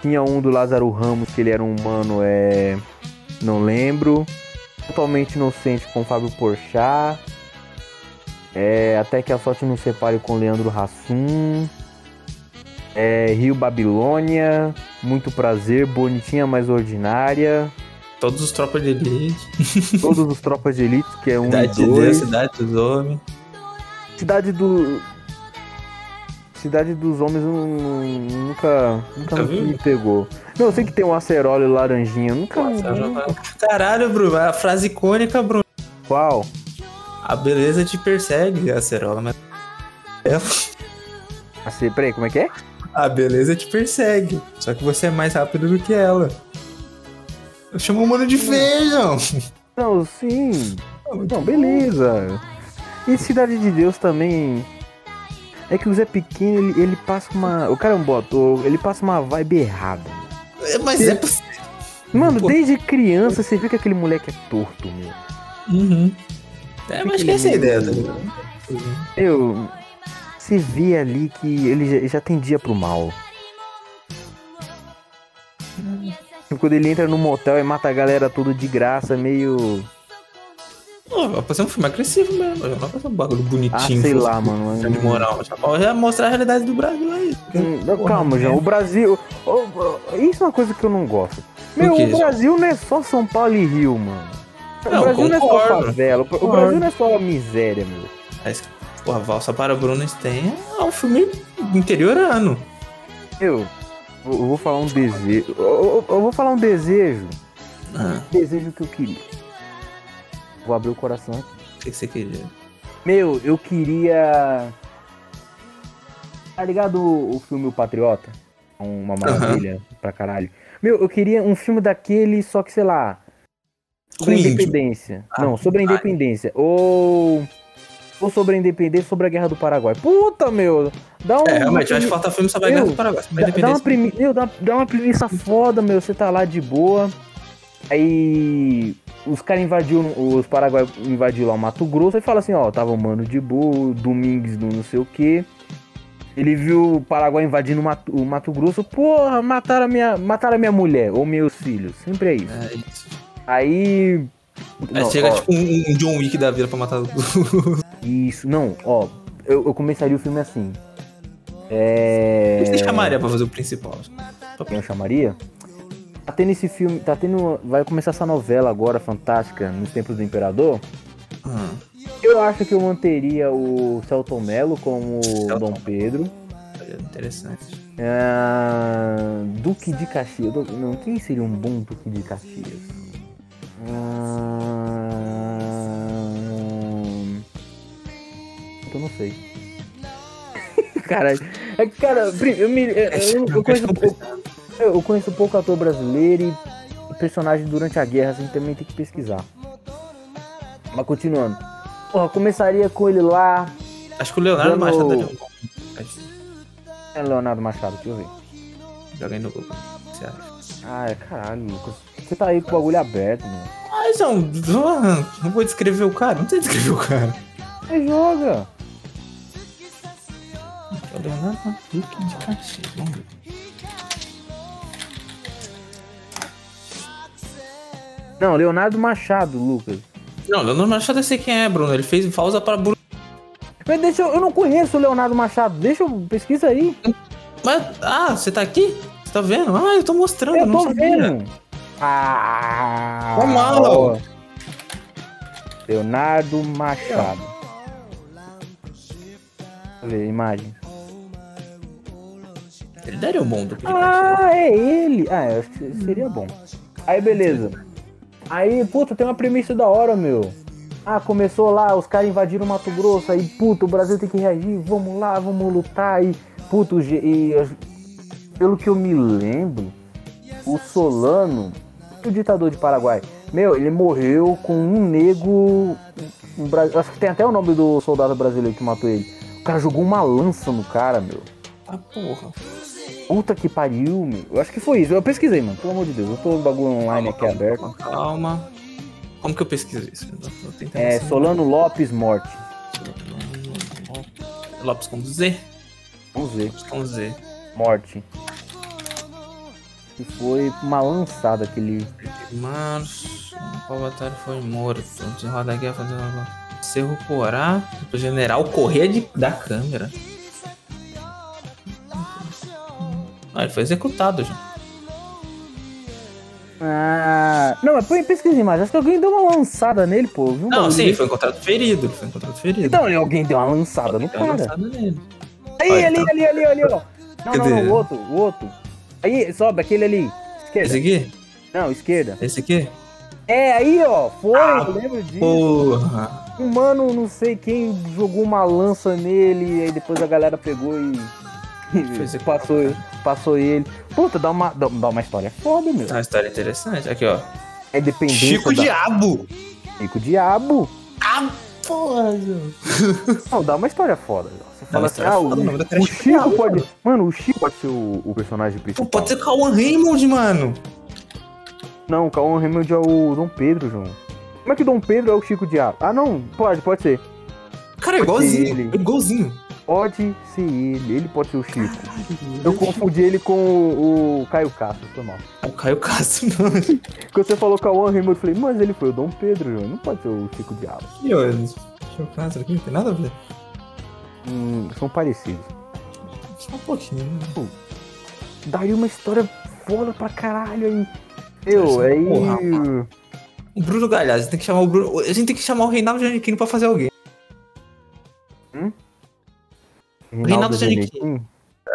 Tinha um do Lázaro Ramos, que ele era um humano, é. Não lembro. Totalmente Inocente com Fábio Porchat. É, Até que a Sorte nos Separe com Leandro Hassum. É, Rio Babilônia. Muito prazer, bonitinha, mas ordinária.
Todos os tropas de elite.
Todos os tropas de elite, que é um
Cidade
e
de Deus,
dois.
Cidade dos Homens.
Cidade do. Cidade dos Homens eu nu- nunca, nunca
Tá
me
vendo?
pegou. Não, eu sei que tem um aceróleo laranjinha, nunca.
Caralho, Bruno, é a frase icônica, Bruno.
Qual?
A beleza te persegue, Acerola, mas.
Acer... Peraí, como é que é?
A beleza te persegue. Só que você é mais rápido do que ela. Eu chamo o mano
Hum.
de feio, não.
Não, sim. Não, beleza. E Cidade de Deus também. É que o Zé Pequeno, ele, ele passa uma. O cara é um bom ator, ele passa uma vibe errada. né?
É, Mas é possível.
Mano,
Pô.
desde criança você vê que aquele moleque é torto, meu.
É, mas acho que essa é a ideia, tá ligado?
Eu. Você vê ali que ele já, já tendia pro mal. Quando ele entra no motel e mata a galera toda de graça, meio.
Não, Vai fazer um filme agressivo mesmo. Não vai fazer um bagulho
Ah,
bonitinho.
sei
fofo,
lá, mano.
De moral. Vai mostrar a realidade do Brasil aí.
Hum, não,
né?
calma, João. O Brasil. Ô, ô, Isso é uma coisa que eu não gosto. Meu,
Por quê,
o
João?
Brasil não é só São Paulo e Rio, mano. O
Não,
Brasil não é só
concordo.
favela. O Brasil não é só miséria, meu.
Mas Pô, a Valsa para Brunenstein é um filme interiorano.
Eu, eu vou falar um desejo. Eu, eu- eu vou falar um desejo.
Ah,
Desejo que eu queria. Vou abrir o coração aqui.
o que, que você queria?
Meu, eu queria. Tá ligado o, o filme O Patriota? É Uma maravilha pra caralho. Meu, eu queria um filme daquele, só que sei lá. Sobre a
Com índio.
independência.
Ah,
Não, sobre a independência. Ou. Ou sobre a independência, sobre a guerra do Paraguai. Puta, meu! Dá um.
É, realmente, eu acho que falta filme sobre a guerra
Eu-
do Paraguai. sobre a
Dá, dá uma
independência.
premi... meu, dá, dá uma premissa foda, meu. Você tá lá de boa. Aí os caras invadiram, os paraguaios invadiram lá o Mato Grosso e fala assim, ó, tava um mano de boa, o Domingues do não sei o quê. Ele viu o Paraguai invadindo o Mato, o Mato Grosso, porra, mataram a, minha, mataram a minha mulher ou meus filhos. Sempre é isso.
É isso.
Aí.
Aí
Não,
chega
ó,
tipo um, um John Wick da vida pra matar. o-
Isso, não, ó. Eu, eu começaria o filme assim. É.
Você chamaria pra fazer o principal.
quem eu chamaria. Tá tendo esse filme, tá tendo. Vai começar essa novela agora, fantástica, nos tempos do Imperador.
Ah,
Eu acho que eu manteria o Celton Mello como
Celton.
Dom Pedro.
é interessante.
Ah, Duque de Caxias. Du- Não, quem seria um bom Duque de Caxias? Ah, eu não sei. Caralho. É que, Cara, pri- eu, me, eu, eu, eu conheço pouco. Eu eu conheço pouco ator brasileiro e personagem durante a guerra, assim, também tem que pesquisar. Mas continuando. Porra, começaria com ele lá.
Acho que o Leonardo
Dando-
Machado daria um bom. Acho-
É Leonardo Machado, deixa eu ver.
Joga aí no Google. o que Você acha?
Ah, caralho, Lucas. Você tá aí com o bagulho aberto, mano.
Ah, então, não- não vou descrever o cara. Não sei descrever o cara.
Você joga.
O Leonardo Duque de Caxias. Vamos ver.
Não, Leonardo Machado, Lucas.
Não, Leonardo Machado eu sei quem é, Bruno. Ele fez falsa para Bruno.
Mas deixa eu. Eu não conheço o Leonardo Machado. Deixa eu. Pesquisa aí.
Mas, ah, você tá aqui? Você tá vendo? Ah, eu tô mostrando.
eu
não
tô
sabia.
vendo. Ah.
Tá mal.
ó. Leonardo Machado. Deixa eu ver, imagem.
Ele daria um bom Duque de Caxias.
Ah, é ele. Ah, eu acho que seria bom. Aí, beleza. Aí, puta, tem uma premissa da hora, meu. Ah, começou lá, os caras invadiram o Mato Grosso, aí, puta, o Brasil tem que reagir, vamos lá, vamos lutar, e, puta, o G- e, as- pelo que eu me lembro, o Solano, o ditador de Paraguai, meu, ele morreu com um nego, um bra- acho que tem até o nome do soldado brasileiro que matou ele, o cara jogou uma lança no cara, meu.
Ah, porra.
Puta que pariu, meu. Eu acho que foi isso. Eu pesquisei, mano. Pelo amor de Deus. Eu tô com o bagulho online aqui é aberto.
Calma. Como que eu pesquiso isso? Eu tô tentando
É,
assim.
Solano Lopes Morte.
Lopes com Z.
Vamos ver.
Lopes com Z.
Morte. E foi uma lançada aquele.
De março, o avatar foi morto. Antes de rodar aqui, fazendo uma... Cerro Corá, o general Correia de... da Câmara. Ah, ele foi executado já.
Ah. Não, mas põe pesquisa mais. Acho que alguém deu uma lançada nele, pô. Viu um
Não,
bagulho
sim,
desse?
foi encontrado ferido. ele Foi encontrado ferido.
Então, ali, alguém deu uma lançada no
Deu uma
cara.
lançada nele.
Aí,
Olha,
ali,
então.
ali, ali, ali, ó. Não, não,
Cadê?
não, o outro, o outro. Aí, sobe, aquele ali.
Esse
Esquerda.
aqui?
Não, esquerda.
Esse aqui?
É, aí, ó. Foi,
Ah,
eu lembro disso.
Porra.
Um mano, não sei quem, jogou uma lança nele, aí depois a galera pegou e.
Fez
e
ele
passou, passou ele. Puta, dá uma, dá, dá uma história foda, meu.
Tá uma história interessante. Aqui, ó.
É dependência.
Chico
da...
Diabo.
Chico Diabo.
Ah, porra, meu.
Não, dá uma história foda. meu. Você fala
uma
assim,
história
ah,
foda,
o,
o nome do cara é
o
Chico
Chico
Diabo,
pode. Mano, o Chico pode ser o, o personagem
Pô,
principal.
pode ser Cauan Raymond, mano.
Não, o Caon Raymond é o Dom Pedro, João. Como é que Dom Pedro é o Chico Diabo? Ah, não, pode, pode ser.
Cara, é
Ele.
igualzinho. É igualzinho.
Pode ser ele, ele pode ser o Chico. Eu confundi ele com o, o Caio Castro, foi mal.
É o Caio Castro, não.
Quando você falou Cauã Raymond, eu falei, mas ele foi o Dom Pedro, João. Não pode ser o Chico Diabo.
Aqui, ó. Deixa eu caso aqui, não tem nada a ver.
Hum, são parecidos.
Só um pouquinho. né?
Daí uma história foda pra caralho aí. Eu,
Essa
aí.
porra. O Bruno Galhaz, tem que chamar o Bruno. A gente tem que chamar o Reinaldo Janiquino pra fazer alguém.
Hum?
Reinaldo Giannichini.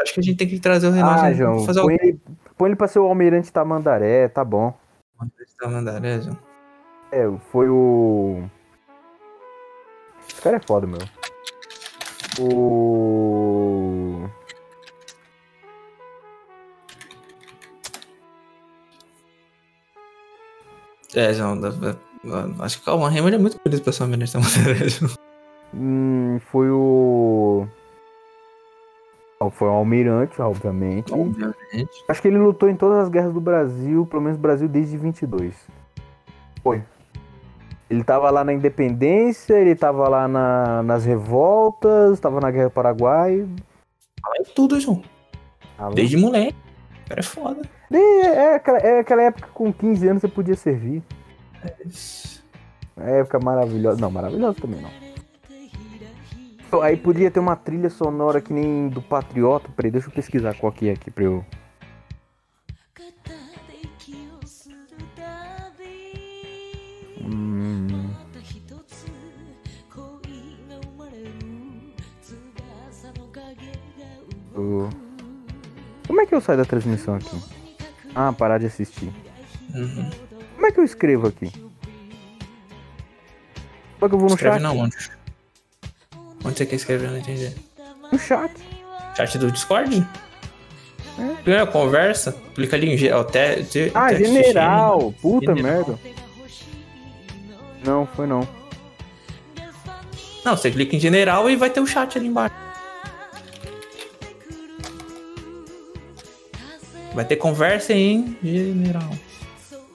Acho que a gente tem que trazer o Reinaldo
Ah,
Giannichini pra
João,
fazer
põe
alguma
ele, põe ele pra ser o Almirante Tamandaré, tá bom.
coisa pra mandar, né, João?
É, foi o. Esse cara é foda, meu. O.
É, João. da- da- da- Acho que o Calma Hammer é muito bonito pra ser o Almirante da Mandaré, João.
Hum, foi o. Ó, Foi o Almirante, obviamente.
Obviamente.
Acho que ele lutou em todas as guerras do Brasil, pelo menos Brasil desde 22. Foi. Ele tava lá na independência, ele tava lá na- nas revoltas, tava na guerra do Paraguai.
Fala em tudo, João.
Alô?
Desde moleque. O cara é foda.
É, é aquela, é aquela época que com 15 anos você podia servir. É época maravilhosa. Não, maravilhosa também não. Então, Aí podia ter uma trilha sonora que nem do Patriota. Peraí, deixa eu pesquisar qual que é aqui pra eu. Hum.
また一つ恋が生まれる翼の影が動く
eu- Hum. Como é que eu saio da transmissão aqui? Ah, parar de assistir.
Uhum.
Como é que eu escrevo aqui? Como é que eu vou no
Escreve
chat?
na onde? Onde você quer escrever? Não entendi.
No chat.
Chat do Discord? Primeira conversa, clica ali em geral. Até, te-
É. Ah,
até
general. Puta
General.
merda. Não, foi não.
Não, você clica em general e vai ter o chat ali embaixo. Vai ter conversa em general.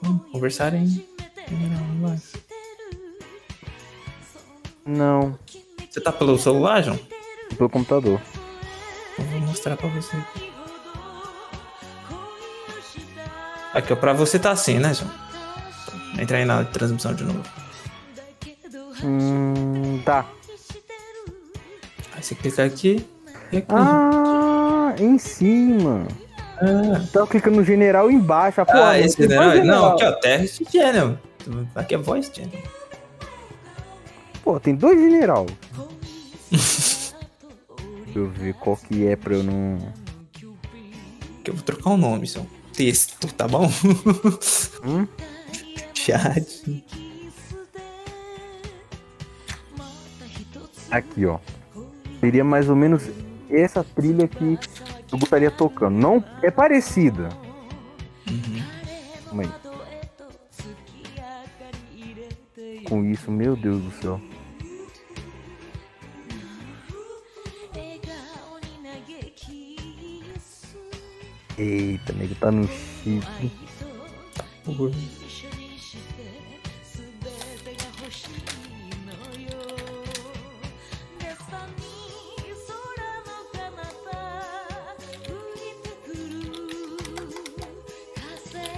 Vamos conversar em general. vai.
Não.
Você tá pelo celular, João?
Pelo computador.
Eu vou mostrar pra você. Aqui, ó, pra você tá assim, né, João? Entra aí na transmissão de novo.
Hum, tá.
Aí você clica aqui. E é aqui.
Ah, em cima.
Ah.
Tava clicando no general embaixo. Ah, pô,
Ah, esse
tem
não,
dois
não,
general.
aqui ó, Terrest Channel. Aqui é Voice Channel.
Pô, tem dois general. Deixa eu ver qual que é pra eu não.
Que eu vou trocar o nome, seu texto, tá bom?
Hum?
Chat.
Aqui, ó. Seria mais ou menos essa trilha que eu botaria tocando. Não é parecida. Calma aí. Com isso, meu Deus do céu. Eita, nego tá no chifre.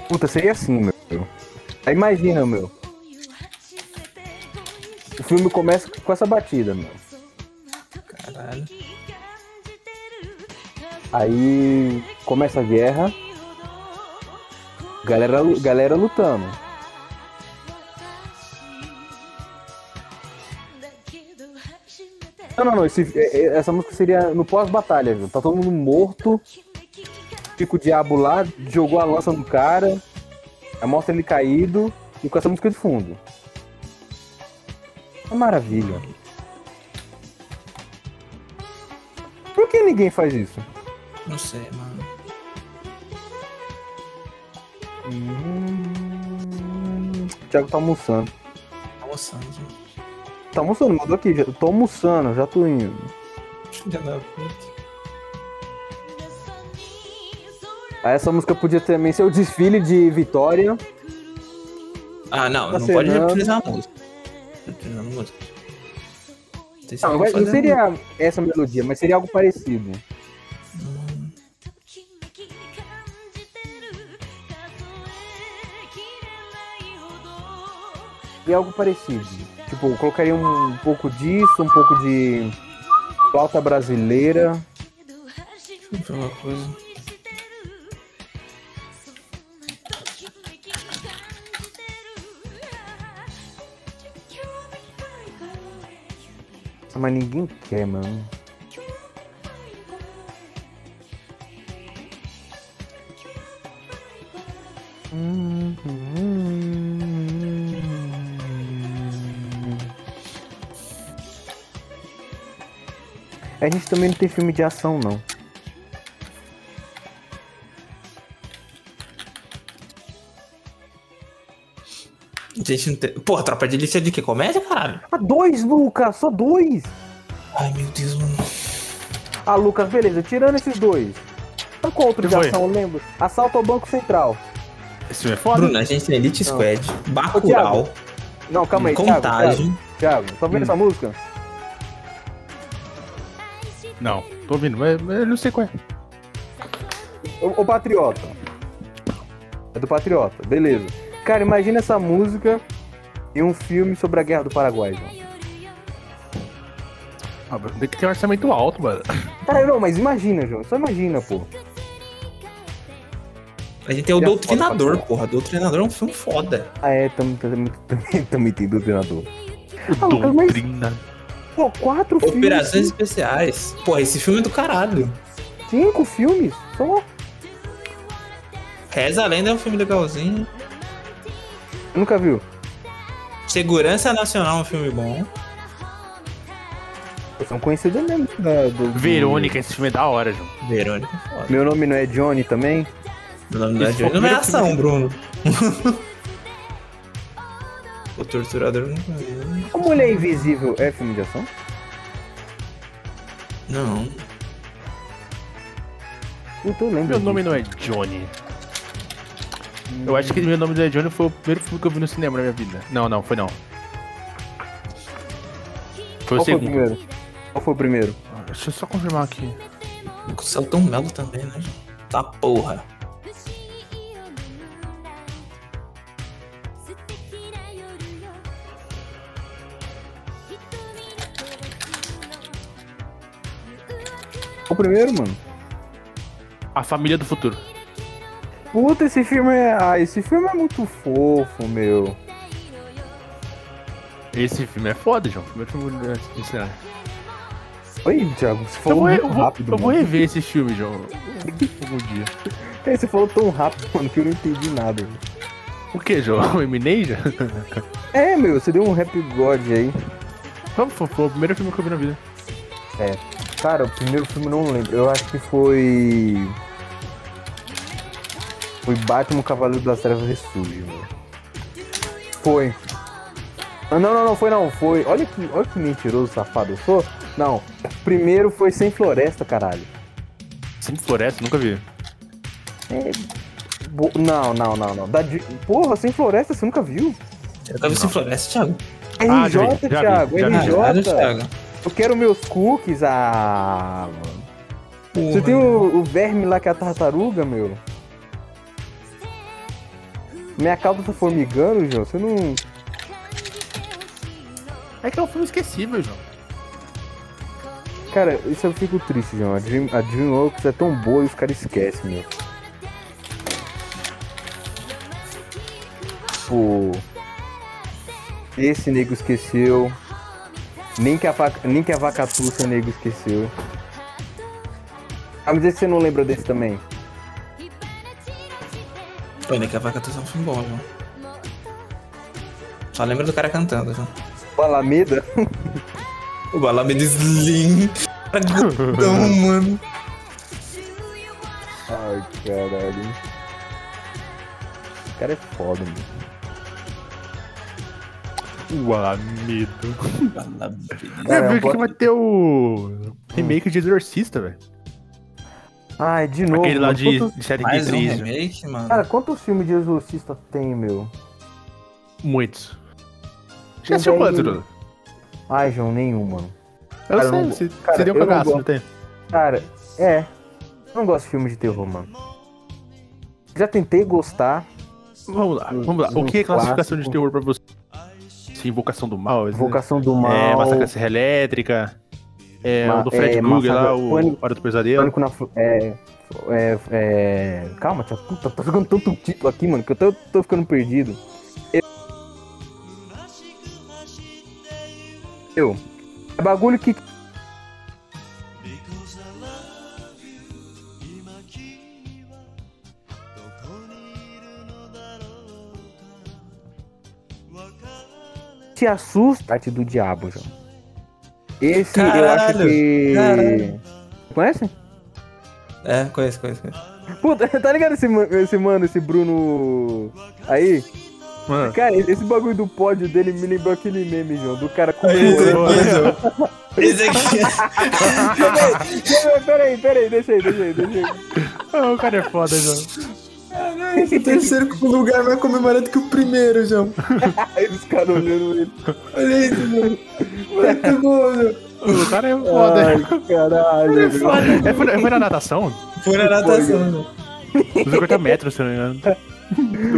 Puta, seria assim, meu. Aí imagina, meu. O filme começa com essa batida, meu.
Caralho.
Aí começa a guerra. Galera, galera lutando. Não, não, não. esse- é- é- essa música seria no pós-batalha, viu? Tá todo mundo morto. Fica o diabo lá, jogou a lança no cara. Aí mostra ele caído. E com essa música de fundo. Uma maravilha. Por que ninguém faz isso?
Não sei, mano.
Hum, o Thiago tá almoçando.
Tá almoçando, gente.
Tá almoçando, mandou aqui. Já, tô almoçando, já tô indo.
Filha da puta.
Aí essa música podia também ser o desfile de Vitória.
Ah, não,
Tá
não pode
cenando.
reprisar a música. Reprisar a música. Tem
Tá,
Não,
que
vai- não
fazer
seria
um-
essa melodia, mas seria algo parecido. E algo parecido. Tipo, eu colocaria um pouco disso, um pouco de flauta brasileira.
música. Pra uma coisa.
Mas ninguém quer, mano. A gente também não tem filme de ação, não.
A gente não tem... Porra, Tropa de Elite é de que? Comédia, caralho?
Ah, dois, Lucas! Só dois!
Ai, meu Deus, mano.
Ah, Lucas, beleza, tirando esses dois. Sabe qual outro
Que
de
foi?
ação eu lembro? Assalto ao Banco Central.
Esse filme é foda?
Bruno, a gente tem Elite Squad,
Ô, Thiago,
Bacurau,
Não, calma aí, Thiago, Thiago.
Um Contagem.
Thiago, tá vendo
Hum.
essa música?
Não, tô ouvindo, mas mas eu não sei qual é.
O, Patriota. É do Patriota, beleza. Cara, imagina essa música em um filme sobre a Guerra do Paraguai, João.
Ah, mas tem que ter um orçamento alto, mano.
Cara, não, mas imagina, João. Só imagina, pô.
A gente tem o
E a
Doutrinador,
foto,
porra. Doutrinador é um filme foda.
Ah, é, também tem doutrinador. Ah, Lucas, mas,
Doutrina.
pô, quatro
Operações
filmes.
Especiais. Porra, esse filme é do caralho.
Cinco filmes? Só.
Reza a Lenda é um filme legalzinho.
Nunca viu.
Segurança Nacional é um filme bom.
Pô, São conhecidos um mesmo. da- do- do-
Verônica, esse filme é da hora, João.
Verônica é foda.
Meu nome não é Johnny também?
Meu nome não é
Esse foi o
Johnny. Não
primeiro
é ação,
filme.
Bruno. o Torturador nunca viu.
A Mulher Invisível é filme de ação?
Não.
Então eu lembro.
Meu
disso.
nome não é Johnny. Eu acho que meu nome não é Johnny foi o primeiro filme que eu vi no cinema na minha vida. Não, não, foi não. Foi
Qual
o
foi o
segundo.
primeiro? Qual foi o primeiro?
Deixa eu só confirmar aqui.
O Celton Mello também, né? Tá porra.
O primeiro, mano.
A Família do Futuro.
Puta, esse filme é. Ah, esse filme é muito fofo, meu.
Esse filme é foda, João. Primeiro filme
é
do do cinema.
Oi, Thiago, você
Eu
falou
vou,
muito
eu, vou,
rápido,
eu vou
mano.
rever esse filme, João. Algum dia.
Ei, Você falou tão rápido, mano, que eu não entendi nada.
O que, João? O Eminência?
É, meu, você deu um rap god aí.
Foi, foi- foi o primeiro filme que eu vi na vida.
Cara, o primeiro filme eu não lembro. Eu acho que foi. Foi Batman o Cavaleiro das Trevas Ressurge, mano. Foi. Ah, Não, não, não, foi não. Foi. Olha que, olha que mentiroso safado eu sou. Não. Primeiro foi Sem Floresta, caralho.
Sem floresta, nunca vi.
Bo- Não, não, não, não. Da... Di- Porra, Sem Floresta você nunca viu?
Você nunca viu esse Floresta, Thiago?
Ah, já
RJ,
vi, já vi,
Thiago,
já vi.
RJ.
Caralho, Thiago.
Eu quero meus cookies, ah, mano.
Porra.
Você tem
né?
o, o verme lá que é a tartaruga, meu? Minha calça tá formigando, João. Você não.
É que é um filme esquecível, João.
Cara, isso eu fico triste, João. A, Dream, a Dreamworks é tão boa e os caras esquecem, meu. Tipo. Esse nego esqueceu. Nem que a, vaca, nem que a vacatuça nego esqueceu. Ah, mas esse você não lembra desse também?
Pô, Ainda que a vaca tá sendo um filme bom, João. Só lembra do cara cantando, João.
Palameda?
O Balamed Slim. Então, mano.
Ai, caralho. O cara é foda, mano.
Ua, medo.
Cara, é um
Você viu
eu
que
boto-
vai ter o remake de Exorcista, velho.
Ai, Ah, é de novo.
Aquele lá
mano,
de,
quantos-
de 73,
Mais um
velho.
remake, mano.
Cara, quantos filmes de exorcista tem, meu?
Muitos. Já assistiu
Tem-
quanto, Bruno?
Ai, João, nenhum, mano.
Eu
Cara, eu
sei,
não-
você,
cara,
você deu
eu não
cagaço,
gosto.
não tem?
Cara, é. Não gosto de filme de terror, mano. Já tentei gostar.
Vamos lá,
Um-
vamos lá. O
um
que é classificação
clássico.
de terror pra você? Sim, Invocação do Mal. esse-
Invocação do Mal.
É, Massacre da Serra Elétrica. É,
Ma-
o do Fred
é,
Krueger lá,
Massacre-
o
Pânico-
Hora do Pesadelo.
Pânico na Fl- é, é, é, Calma, tia, puta, tá jogando tanto título aqui, mano, que eu tô, tô ficando perdido. Eu. É bagulho que. te assusta, arte do diabo, João. Esse eu acho
Caralho,
que.
caralho.
Conhece?
É, conheço, conheço, conheço.
Puta, tá ligado esse, ma- esse mano, esse Bruno. Aí?
Mano,
Cara, esse bagulho do pódio dele me lembrou aquele meme, João, do cara com.
é Esse aqui.
Peraí, peraí, peraí, deixa aí, deixa aí, deixa aí.
o cara é foda, João.
O terceiro lugar mais comemorado que o primeiro, João.
Aí os caras olhando ele.
Olha isso, mano. Muito bom, João.
O cara é foda.
caralho. meu.
É, foi, na- foi na natação?
Foi na natação, né? João.
250 metros, se não me engano.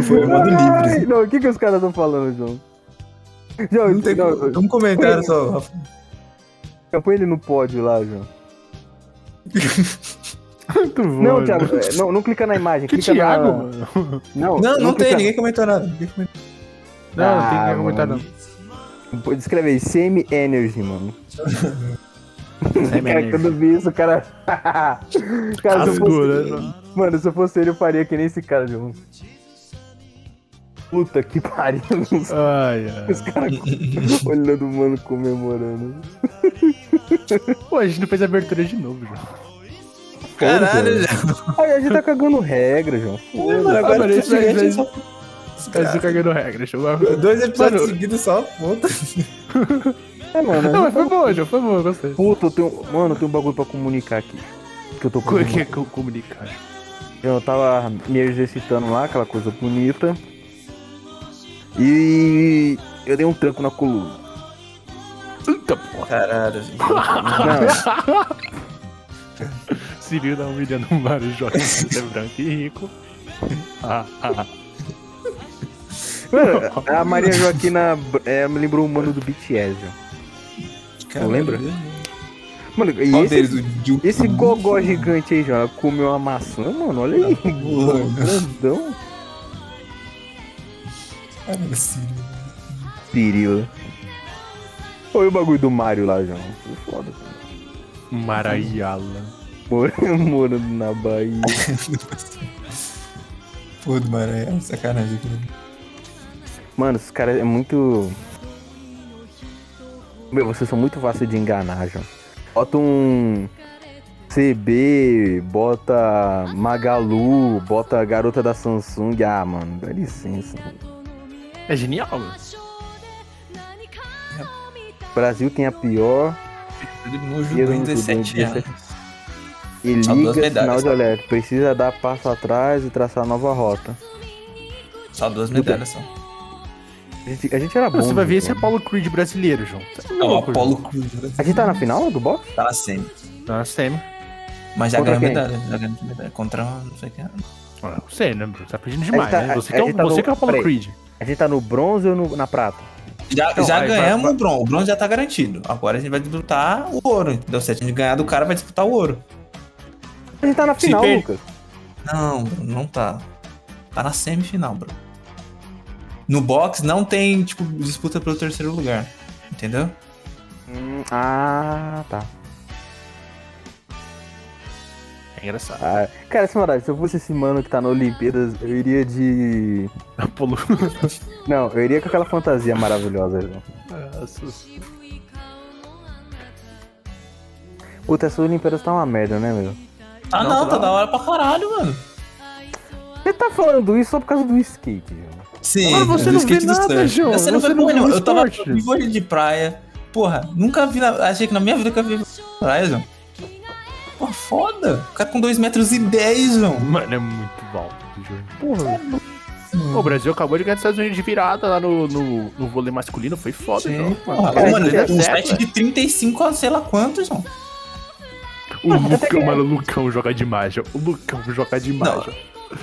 Foi no é modo
Ai,
livre. assim.
Não, o que, que os caras estão falando, João? João,
Não tem
não,
um comentário só, Rafa.
põe ele no pódio lá, João.
Muito bom.
Não, Thiago, é, não, não clica na imagem.
Que
clica
Thiago,
na...
mano.
Não,
Não, não tem,
clica-
ninguém comentou nada. Ninguém comentou.
Não, não tem
Ah,
ninguém comentar, não.
mano. Pô, Descreve aí, semi-energy, mano. Cara, quando eu vi isso, o cara. cara, se eu
Cascou,
fosse...
né, João?
Mano, se eu fosse ele, eu faria que nem esse cara, João. Puta que pariu. Os
Ai, ai.
caras olhando o mano comemorando.
Pô, a gente não fez a abertura de novo, João.
Caralho, João.
Aí a gente tá cagando regra, João.
Mano,
Ah, mano,
agora
esse daí-
esse
daí- Mas eu Tá cagando regra, João.
Dois episódios
Mano.
seguidos só, puta.
É, mano.
Não, mas foi bom, João, foi bom, eu gostei.
Puta, eu tenho. Mano, eu tenho um bagulho pra comunicar aqui. Que eu tô com.
Co- que- co- Comunicar.
Eu tava me exercitando lá, aquela coisa bonita. E eu dei um tranco na coluna.
Puta porra.
Caralho, João.
Não,
Cirilo tá humilhando um vários jovens que é branco e rico. Ah, ah.
mano, a Maria Joaquina é, me lembrou o mano do BTS, João.
Caralho.
lembra? Mano, e
Qual
esse,
deles? O um? Gil-
esse gogó gigante aí, João, ela comeu uma maçã, mano, olha aí.
Porra.
Grandão.
Caralho, Cirilo.
Cirilo. Olha o bagulho do Mario lá, João. Foi foda.
Maraiala.
Mor- Morando um na Bahia.
Foda, mano, é sacanagem aqui.
Mano, esses caras é muito. Meu, vocês são muito fáceis de enganar, João. Bota um. CB, bota Magalu, bota a garota da Samsung. Ah, mano, dá licença.
É genial, mano.
Brasil tem a pior
No
Cirilo
jogo em 17
Dudu,
anos.
e
Só
liga sinal
duas medalhas,
de alerta. Precisa dar passo atrás e traçar nova rota.
Só duas medalhas só.
A gente, a gente era bom.
Você vai ver esse
João.
Apollo Creed brasileiro, João. Você é
Não, o
louco,
um Apollo Cruz né?
A gente tá na final do box?
tá na semi.
João. Tá na semi.
Mas já
Contra
ganhou
quem?
medalha. Já ganhou medalha. Contra um, não sei o que.
Ah, não sei, né? Bruno? Tá pedindo demais,
tá-
né? Você que é,
a
o-
gente tá
você
no-
que é o Apollo
peraí.
Creed.
A gente tá no bronze ou no- na prata?
Já,
Então,
já
aí,
ganhamos
pra-
o bronze. O bronze já tá garantido. Agora a gente vai disputar o ouro. Entendeu? Se a gente ganhar do cara, vai disputar o ouro.
A gente tá na
Se
final,
per-
Lucas.
Não, Bruno, não tá. Tá na semifinal, bro. No box não tem, tipo, disputa pelo terceiro lugar. Entendeu?
Hum, ah, tá.
É engraçado.
Ah, cara, sem maldade, se eu fosse esse mano que tá na Olimpíadas, eu iria de.
Apollo.
Não, eu iria com aquela fantasia maravilhosa, João.
É,
Puta, essa Olimpíadas tá uma merda, né, meu?
Tá
Não,
não,
tá
tá
da
da hora pra caralho, mano.
Você tá falando isso só por causa do skate, João.
Sim, é
Mas você
do
não
skate
vê
do
nada,
surf.
João.
Você não
Você
vê
não
porra
vê o
nenhuma. Eu tava
esporte.
no vôlei de praia. Porra, nunca vi. Na... Achei que na minha vida que eu vi praia, João. Porra, foda. O cara com 2 metros e 10, João.
Mano, é muito bom. João. Porra. Pô, O Brasil acabou de ganhar dos Estados Unidos de virada lá no, no, no vôlei masculino. Foi foda,
Sim,
João.
porra.
Cara,
Ô, mano,
isso é
um
certo,
set de 35 a sei lá quantos, João.
O Lucão, mano, o Lucão joga demais, João. O Lucão joga demais,
Não.
João.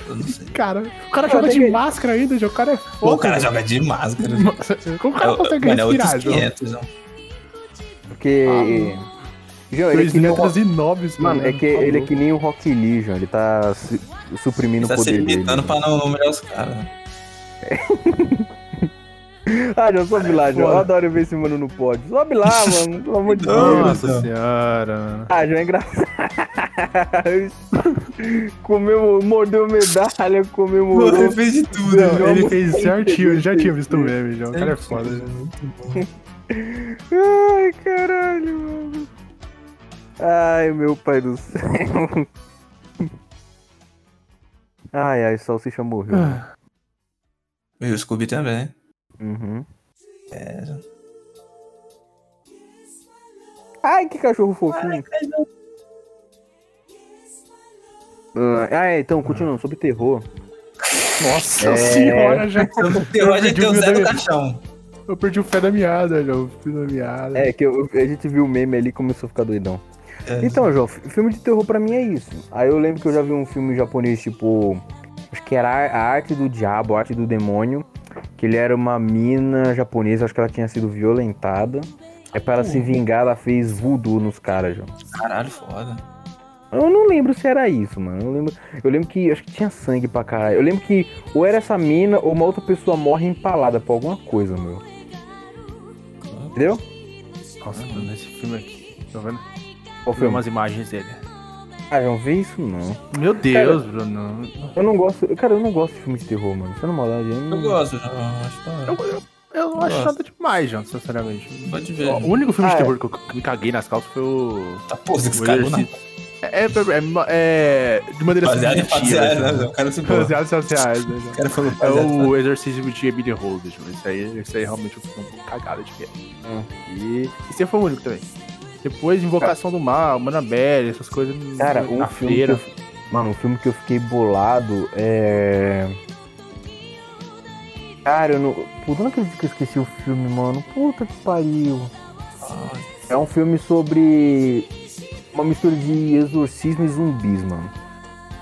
Eu não sei.
Cara, o cara joga de máscara ainda, João. O cara é foda.
Pô, o cara
João.
joga de máscara.
Como o
É
cara
o-
consegue
mano, é
respirar,
outros
João?
500, João.
Porque. João, ele é
Dois
que nem o
metros
Rock...
Ah, e nove, esse
Mano, é que
Tá
ele é
louco.
que nem o Rock Lee, João. Ele tá su- suprimindo
Tá
o poder né?
se
dele.
limitando pra não humilhar os caras.
Ah, já sobe
é
lá, João. Eu adoro ver esse mano no pódio. Sobe lá, mano. Pelo amor de Deus.
Nossa
Deus.
senhora, mano.
Ah, João é engraçado. Comeu, mordeu medalha, comemorou.
Mano, ele fez de tudo,
Não, é
mano.
Ele
eu
fez
gostei,
certinho, eu já
gostei,
tinha visto o meme, já. O cara é foda.
Ai, caralho, mano. Ai, meu pai do céu. Ai, ai, Salsicha morreu.
Ah. E o Scooby também.
Uhum. Ai, que cachorro fofinho. Ah, Ah, então, continuando, sobre terror.
Nossa senhora, já.
Terror
perdi
de ter
o
o
meu
Zé do
dedo.
caixão.
Eu perdi o pé da meada, já. O fio da meada.
É, que eu- a gente viu o meme ali e começou a ficar doidão.
É.
Então, João, fi- filme de terror pra mim é isso. Aí eu lembro que eu já vi um filme japonês, tipo. Acho que era A Arte do Diabo, A Arte do Demônio. Que ele era uma mina japonesa, acho que ela tinha sido violentada. É pra ela se vingar, ela fez voodoo nos caras, João.
Caralho, foda.
Eu não lembro se era isso, mano. Eu lembro, eu lembro que acho que tinha sangue pra caralho. Eu lembro que ou era essa mina ou uma outra pessoa morre empalada por alguma coisa, meu. Entendeu?
Nossa, mano, esse filme aqui. Tá vendo?
Qual
Foi
filme?
umas imagens dele.
Ah, João, vê isso não.
Meu Deus, Bruno.
Eu não gosto, cara, eu não gosto de filme de terror, mano. Você não maldade, eu
Hum.
não...
Eu gosto, já. Acho da
Eu,
hora.
eu, eu não acho nada demais, João, sinceramente.
Pode ver.
Ó, O único filme
Ah,
de
é.
terror que eu que me caguei nas calças foi o.
Tá porra, que
o
se cagou na
Exorcista. É, é, é, é, de maneira
Baseado em fatos
subjetiva,
reais, né?
assim.
velho? O cara se porra.
Baseado em fatos reais, né,
O
João?
cara falou
É
baseado em
o exorcismo de Emily Holder, João. Isso aí, isso aí realmente eu fico um pouco cagado de ver.
É.
E esse foi o único também. Depois, Invocação do Mal, Manabelle, essas coisas.
Cara,
na
um filme que
feira.
eu... Mano, um filme que eu fiquei bolado é... Cara, eu não... Puta, eu não acredito que eu esqueci o filme, mano. Puta que pariu. É um filme sobre uma mistura de exorcismo e zumbis, mano.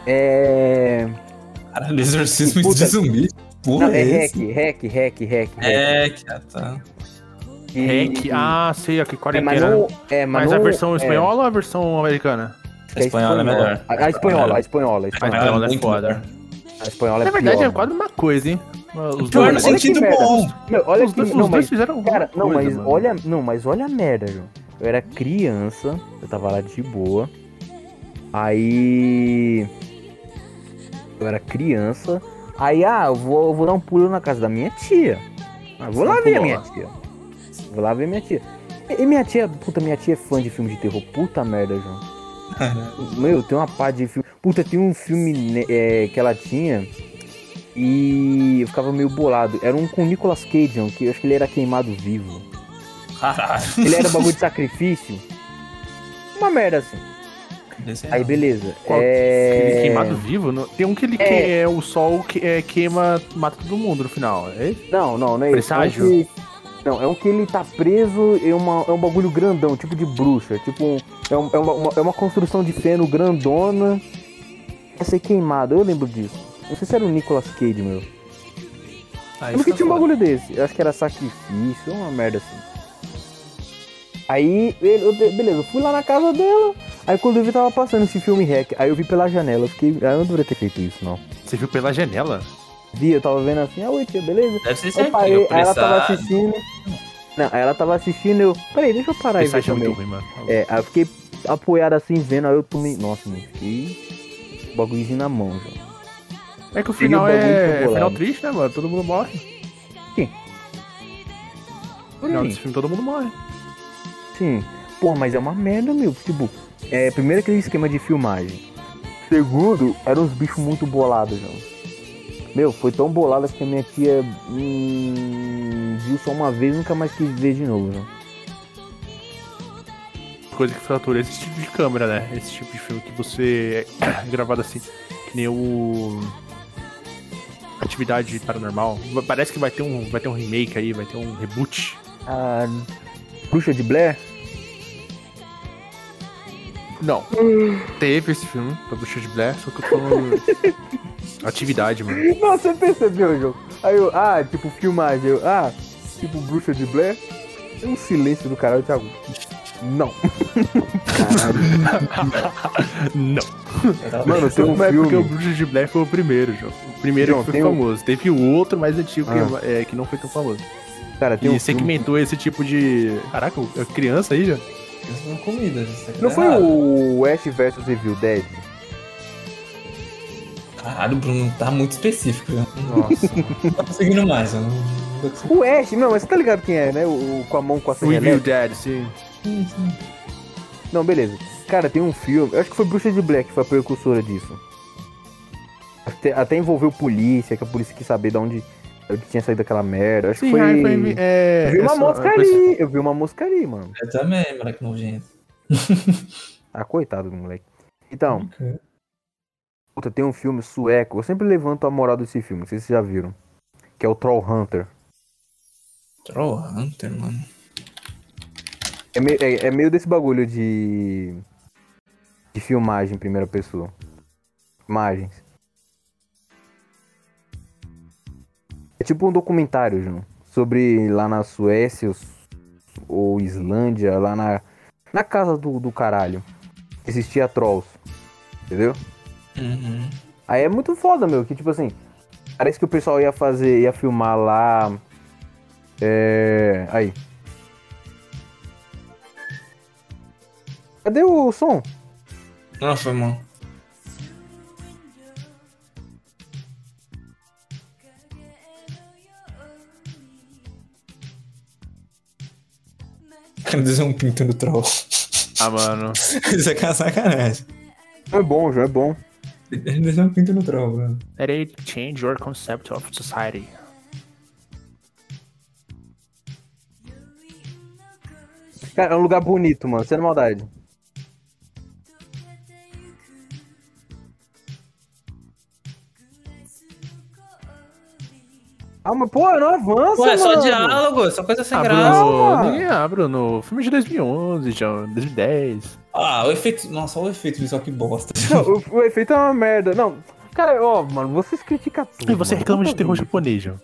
É...
fatos. Caralho, exorcismo
Puta.
de zumbi. Porra,
Não, é
é
hack,
esse?
hack, hack, hack, hack.
É, que ah, tá.
E-
É, Hack, ah, sei, aqui,
É, mas
quarentena.
não... É, mas,
mas a
não-
versão
é,
espanhola ou a versão americana?
é
A espanhola é melhor.
A, a espanhola, a espanhola, a
A
espanhola.
é
espanhola é
muito
foda.
A espanhola é
Na verdade,
pior,
é quase uma coisa, hein? Os
Pior
Olha
É. no
que
dois,
sentido
merda.
bom.
Meu, olha
os
que,
dois,
não,
os dois
mas,
fizeram alguma
cara, não,
coisa,
mas
mano.
olha, não, mas olha a merda, João. Eu era criança, eu tava lá de boa. Aí eu era criança. Aí ah, eu vou, eu vou dar um pulo na casa da minha tia. Ah, vou lá
Não
ver a
pula.
minha tia. Vou lá ver minha tia. E, e minha tia, puta, minha tia é fã de filme de terror. Puta merda, João. Meu, tem uma pá de filme. Puta, tem um filme né, é, que ela tinha e eu ficava meio bolado. Era um com o Nicolas Cage, João, que eu acho que ele era queimado vivo.
Caralho.
Ele era um bagulho de sacrifício. Uma merda assim.
Esse é
Aí beleza.
Qual-
é...
Ele queimado vivo? não- Tem um que ele que- é. o sol que é, queima, mata todo mundo no final. É esse?
Não, não, não é isso.
Presságio?
É um que... Não, é um que ele tá preso em uma, é um bagulho grandão, tipo de bruxa. Tipo, um- é, um- é uma, uma- é uma construção de feno grandona. Vai ser queimado, eu lembro disso. Não sei se era o Nicolas Cage, meu. Eu
Aí
nunca
fica
tinha um
foda.
bagulho desse. Eu acho que era sacrifício, uma merda assim. Aí, ele- eu, de- beleza, eu fui lá na casa dela. Aí quando eu vi, tava passando esse filme hack. Aí eu vi pela janela, eu fiquei. Ah, eu não deveria ter feito isso, não.
Você viu pela janela?
Vi, eu tava vendo assim, ah, oi, tia, beleza?
Deve ser
Eu
certinho.
parei, aí ela
apressado.
tava assim, assistindo. Não, aí ela tava assistindo, eu. Peraí, deixa eu parar e
Esse
ver
site é
também.
muito ruim, mano.
É, aí eu fiquei apoiado assim, vendo, aí eu tomei. Nossa, mano, fiquei. com o Bagulhozinho na mão, já.
É que o
Peguei um
final
bagulho
é, é
bolado.
final triste, né, mano? Todo mundo morre. No
Por
final
aí.
desse filme todo mundo morre.
Sim. Pô, mas é uma merda, meu. Tipo, é, primeiro aquele esquema de filmagem. Segundo, eram uns bichos muito bolados, João. Meu, foi tão bolado que a minha tia hum, viu só uma vez e nunca mais quis ver de novo, João.
Coisa que fratura é esse tipo de câmera, né? Esse tipo de filme que você é gravado assim, que nem o. Atividade paranormal. Parece que vai ter um, vai ter um remake aí, vai ter um reboot.
A bruxa de Blair?
Não. Teve esse filme da Bruxa de Blair, só que eu tô falando. Atividade, mano.
Não, você percebeu, João? Aí eu, ah, tipo, filmagem. Eu, ah, tipo, bruxa de Blair. Tem um silêncio do caralho, Thiago. Não.
Não.
Mano, tem um
Mas é porque o
filme.
Bruxa de Blair foi o primeiro, João. O primeiro
João,
que foi
tem um-
famoso. Teve o outro mais antigo que-
Ah.
é, que, não foi tão famoso.
Cara, tem
E
um filme-
segmentou esse tipo de. Caraca, é criança aí já?
Isso não é comida, isso aqui
Não
tá
Ah.
foi
errado.
o Ash vs Evil Dead?
Caralho, Bruno, tá muito específico. Eu
Nossa.
não tô conseguindo mais, eu não não tô conseguindo.
o Ash, não, mas você tá ligado quem é, né? O, o- com a mão com a serra elétrica.
Dead, sim.
Não, beleza. Cara, tem um filme. Eu acho que foi Bruxa de Black que foi a precursora disso. Até, até envolveu polícia, que a polícia quis saber de onde, de onde tinha saído aquela merda. Eu acho
Sim,
que foi.
aí foi.
Eu
É,
vi uma
essa-
mosca ali. Eu vi uma mosca ali, mano.
Eu também, moleque nojento.
Ah, coitado do moleque. Então,
Ok.
puta, tem um filme sueco. Eu sempre levanto a moral desse filme, não sei se vocês já viram. Que é o Troll Hunter.
Troll Hunter, mano.
É meio, é- é meio desse bagulho de. de filmagem em primeira pessoa. Imagens. É tipo um documentário, João. Sobre lá na Suécia ou, Su- ou Islândia, lá na. na casa do, do caralho. que Existia Trolls. Entendeu?
Uhum.
Aí é muito foda, meu, que tipo assim, parece que o pessoal ia fazer, ia filmar lá. É. Aí. Cadê o som?
Não, Ah, foi mal. Quero dizer um pintando troll.
Ah, mano.
Isso aqui é uma sacanagem.
É bom, já é bom.
Quero dizer um pintando troll, mano.
That it change your concept of society.
Cara, é um lugar bonito, mano, sendo maldade. Ah, mas pô, não avança,
Ué, é só
mano.
diálogo, é só coisa sem
Tá
Ah,
graça.
mano.
Bruno. Ninguém ah, Bruno. Filme de 2011, já. 2010.
Ah, o efeito. Nossa, olha o efeito visual que bosta.
Não, o, o efeito é uma merda. Não, cara, ó, mano, vocês criticam tudo.
E você
mano.
reclama de
Puta
terror
vida.
japonês, João.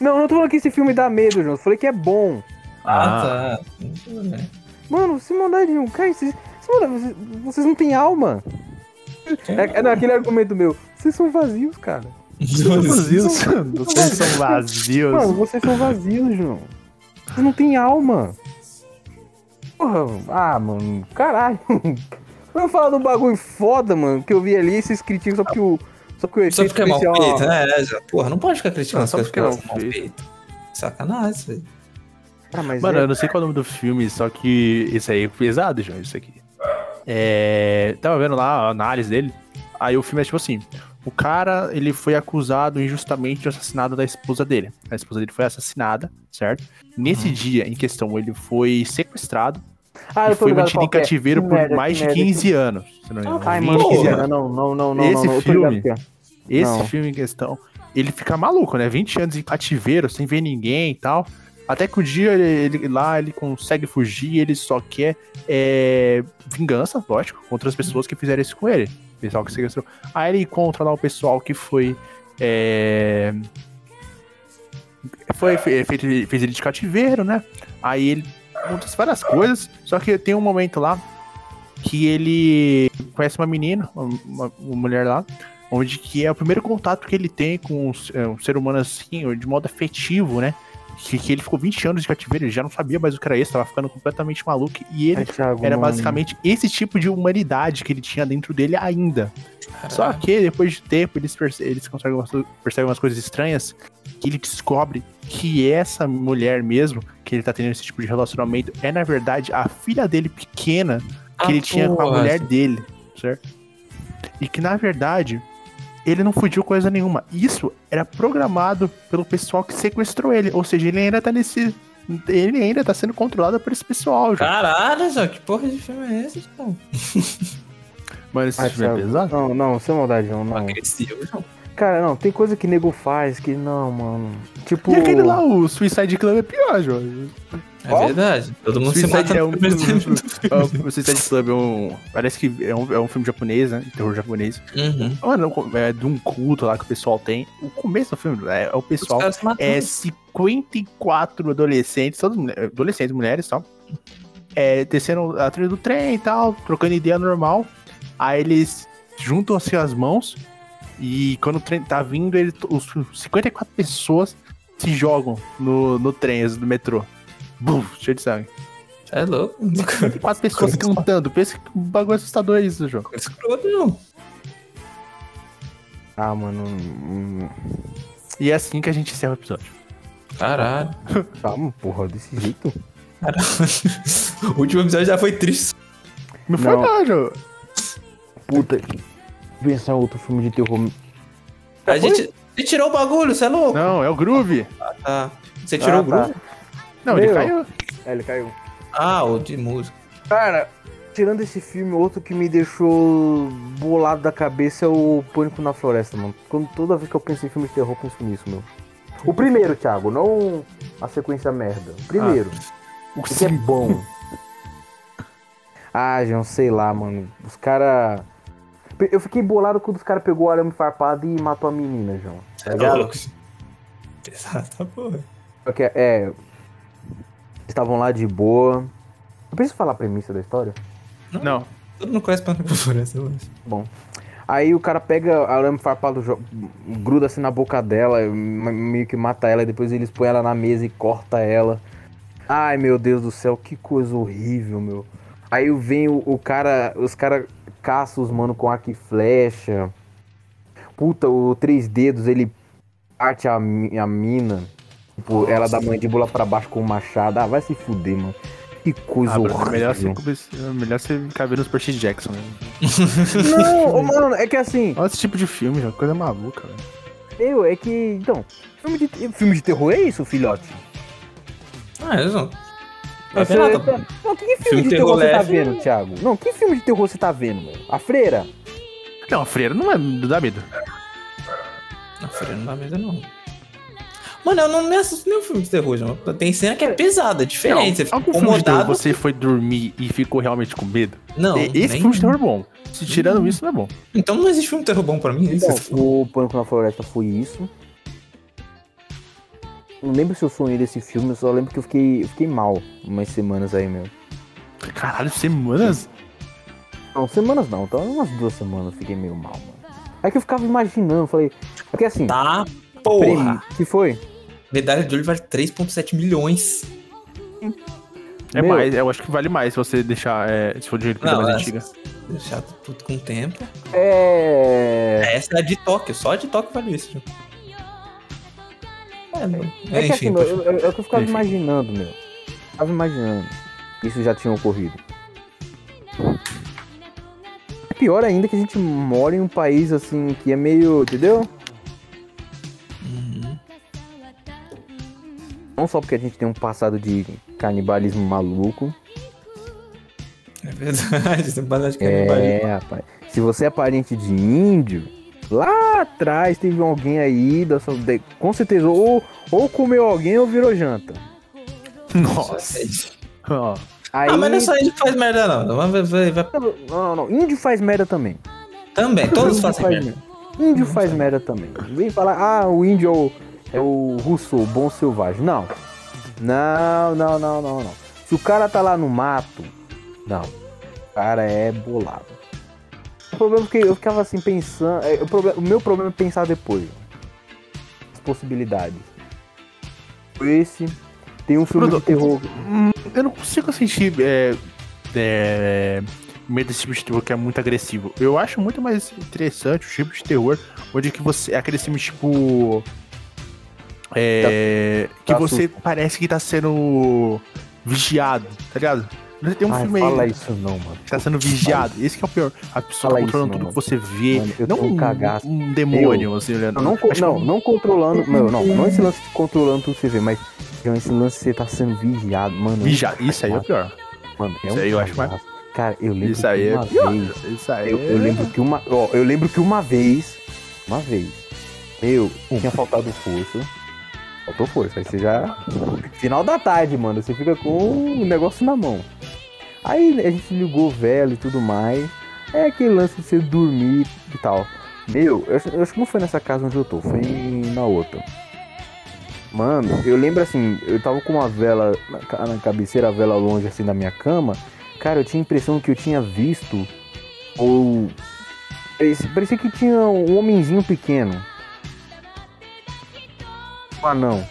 Não, não tô falando que esse filme dá medo, João. Eu Falei que é bom.
Ah, tá. Tudo bem.
Mano, se mandar de um. Cara, vocês, se mandar- vocês, vocês não têm alma. É, é não, aquele argumento meu. Vocês são vazios, cara.
Vazios. Vocês
Mano,
são vazios.
vocês são vazios, João. Vocês não têm alma. Porra, ah, mano, caralho. Vamos falar de um bagulho foda, mano, que eu vi ali, esses criticam só porque o. Só porque o
Só
efeito
porque é mal
especial-
feito, né? É, já- Porra, não pode ficar criticando
Não,
as
só
coisas
porque é
porque um elas são
mal
mal feito. Sacanagem, velho.
Ah, mas
Mano,
é-
eu não sei qual é o nome do filme, só que esse aí é pesado, João, isso aqui. É, tava vendo lá a análise dele. Aí o filme é tipo assim: o cara ele foi acusado injustamente do assassinato da esposa dele. A esposa dele foi assassinada, certo? Nesse dia em questão, ele foi sequestrado
Uhum. Ah,
e
eu tô
foi
ligado
mantido em
qual que é.
cativeiro
Que
por
merda,
mais
que Ah, tá,
de
merda,
15 anos. se não me engano.
Ai, mano,
20
que
Porra.
merda. não, não, não, não,
Esse
não, eu tô ligado
filme-
que é.
Esse
Não.
filme em questão, ele fica maluco, né? 20 anos em cativeiro, sem ver ninguém e tal. Até que o dia ele, ele- lá ele consegue fugir, ele só quer é, vingança, lógico, contra as pessoas que fizeram isso com ele. O pessoal que sequestrou. Aí ele encontra lá o pessoal que foi. é, foi fe- é feito, fez ele de cativeiro, né? Aí ele acontece várias coisas, só que tem um momento lá que ele conhece uma menina, uma- uma- uma mulher lá, onde que é o primeiro contato que ele tem com um, s- é, um ser humano assim, de modo afetivo, né? Que, que ele ficou 20 anos de cativeiro, ele já não sabia mais o que era isso, tava ficando completamente maluco. E ele
Ai, Thiago,
era
mano.
basicamente esse tipo de humanidade que ele tinha dentro dele ainda. Só que depois de tempo eles, perce- eles conseguem umas, co- percebem umas coisas estranhas que ele descobre que essa mulher mesmo, que ele tá tendo esse tipo de relacionamento, é na verdade a filha dele pequena que
Ah,
ele tinha com a
porra.
mulher dele, certo? E que na verdade ele não fugiu coisa nenhuma. Isso era programado pelo pessoal que sequestrou ele, ou seja, ele ainda tá nesse ele ainda tá sendo controlado por esse pessoal, já.
Caralho, Zé, que porra de filme é esse, João?
Mano, esse
Ai,
filme é
Thiago,
pesado?
Ah, Não, não, sem maldade, não, não.
Agressivo, João.
Cara, não, tem coisa que nego faz que não, mano. Tipo.
E aquele lá, o Suicide Club é pior, João.
É
Ó.
verdade. Todo mundo se
Suicide
mata
é um.
no primeiro tempo.
é, o Suicide Club é um. Parece que é um, é um filme japonês, né? Terror japonês.
Uhum.
Mano, é de um culto lá que o pessoal tem. O começo do filme é, é o
Os
pessoal.
caras se matam.
É 54 adolescentes, todos mulher- adolescentes, mulheres e tal. É, descendo atrás do trem e tal, trocando ideia normal. Aí eles juntam assim as mãos. E quando o trem tá vindo, ele, os 54 pessoas se jogam no, no trem, no metrô. Bum, cheio de sangue.
É louco.
Tem quatro pessoas
Coisa.
cantando. Pensa que bagulho assustador é isso, jogo.
Escroto, não.
Ah, mano. hum,
E é assim que a gente encerra o episódio.
Caralho.
Calma, tá porra, desse jeito.
Caralho. O último episódio já foi triste.
Não foi
Não.
não, João.
Puta. Pensar em outro filme de terror.
A gente, você tirou o bagulho, você é louco?
Não, é o Groove. tá.
Ah, Você tirou
Ah,
o grupo?
Não,
Meu.
ele caiu.
É, ele caiu.
Ah, o de música.
Cara, tirando esse filme, outro que me deixou bolado da cabeça é o Pânico na Floresta, mano. Quando, toda vez que eu penso em filme de terror, eu penso nisso, meu. O primeiro, Thiago, não a sequência merda. O primeiro.
O
Isso é bom. ah, João, sei lá, mano. Os caras. Eu fiquei bolado quando os caras pegou o arame farpado e matou a menina, João.
Você é
ligado?
louco. Pesado, tá porra.
Porque, é. Estavam lá de boa. Eu preciso falar a premissa da história?
Não.
Todo mundo conhece Pânico na Floresta, eu acho.
Bom. Aí o cara pega a arame farpado, jo- gruda assim na boca dela, me- meio que mata ela, e depois eles põem ela na mesa e corta ela. Ai meu Deus do céu, que coisa horrível, meu. Aí vem o, o cara, os caras caçam os mano com arco e flecha. Puta, o Três Dedos, ele parte a, mi- a mina. Tipo, ela dá mandíbula pra baixo com o machado. Ah, vai se fuder, mano. Que coisa
Ah, Bruno,
horrível.
é melhor, você, começar- é melhor você ficar vendo os Percy Jackson, né?
Não, ô, mano, é que assim,
Olha esse tipo de filme, João. Coisa maluca, velho.
Meu, é que. Então, filme de, filme de terror é isso, filhote?
Ah, eles não. Vai
Você- tá-
ver
tá
nada.
Não, que filme,
Tá Filme
de
de
terror,
terror
você tá
leve.
vendo, Thiago? Não, que filme de terror você tá vendo, mano? A freira?
Não, a freira não é não dá medo.
Não, filho, não dá medo, não. Mano, eu não me assusto nenhum filme de terror, João. Tem cena que é pesada, é diferente. você fica
Algum filme de terror
incomodado.
você foi dormir e ficou realmente com medo?
Não,
E- Esse
nem-
filme de terror é bom. Se tirando isso, não é bom.
Então não existe filme de terror bom pra mim. é isso
Então,
que você tá falando?
o Pânico na Floresta foi isso. Não lembro se eu sonhei desse filme, eu só lembro que eu fiquei, eu fiquei mal umas semanas aí, meu.
Caralho, semanas?
Não, semanas não, então umas duas semanas eu fiquei meio mal, mano. É que eu ficava imaginando, falei. É que assim.
Tá,
peraí,
porra.
que foi?
Medalha de ouro vale 3,7 milhões.
É
Meu.
mais, eu acho que vale mais se você deixar. é, se for de coisa
Não,
mais
é-
antiga.
Deixar tudo com o tempo.
É.
Essa é a de Tóquio, só a de Tóquio vale isso, João. É, mano.
É que assim,
enfim,
meu, eu, eu, é o que eu ficava
Enfim.
imaginando, meu. Ficava imaginando. que Isso já tinha ocorrido. É pior ainda que a gente mora em um país assim que é meio. Entendeu?
Uhum.
Não só porque a gente tem um passado de canibalismo maluco.
É verdade, tem bastante
É,
canibalismo.
rapaz. Se você é parente de índio, lá atrás teve alguém aí, da sua- de- com certeza, ou, ou comeu alguém ou virou janta.
é
Nossa. Ó,
Aí,
Ah, mas não é só ele que faz merda, não. Vai- vai- vai-
Não, não, não. Índio faz merda também.
Também, É, todos
Índio
fazem
faz
merda.
Índio faz merda também. Vem falar, ah, o índio é o, é o Rousseau, bom selvagem. Não. Não, não, não, não, não. Se o cara tá lá no mato, não. O cara é bolado. O problema é que eu ficava assim pensando. é, o, proble- o meu problema é pensar depois. As possibilidades. Esse. Tem um filme
Bruno,
de terror.
eu não consigo sentir é, é, medo desse tipo de terror que é muito agressivo. Eu acho muito mais interessante o tipo de terror onde que você. É aquele filme tipo. É,
Dá- dá
que você parece que tá sendo vigiado, tá ligado? Tem um
Ai,
filme
fala
aí
isso não, mano.
que tá sendo vigiado. Esse que é o pior. A pessoa
Fala
tá
isso,
controlando
não,
tudo que
mano.
você vê.
Mano, eu
não
tô um
um,
cagaço.
um demônio, assim, olhando.
Não, não, co-
Acho que
não, não controlando. Meu, não, não esse lance de controlando tudo que você vê, mas João, esse lance você tá sendo vigiado, mano.
Vigiado. Isso aí é o pior.
Mano, é
Isso
um
aí eu acho mais-
cagaço. Cara, eu lembro
Isso aí
que
é
uma
pior.
vez.
Isso aí
Eu, eu
é-
lembro que uma. Ó, eu lembro que uma vez. Uma vez. Eu tinha faltado força. Faltou força. Aí você já. Final da tarde, mano. Você fica com o negócio na mão. Aí a gente ligou o velho e tudo mais. É aquele lance de você dormir e tal. Meu, eu acho, eu acho que não foi nessa casa onde eu tô, foi na outra. Mano, eu lembro assim, eu tava com uma vela na, ca- na cabeceira, a vela longe assim da minha cama. Cara, eu tinha a impressão que eu tinha visto ou Parecia- parecia que tinha um homenzinho pequeno. Um anão.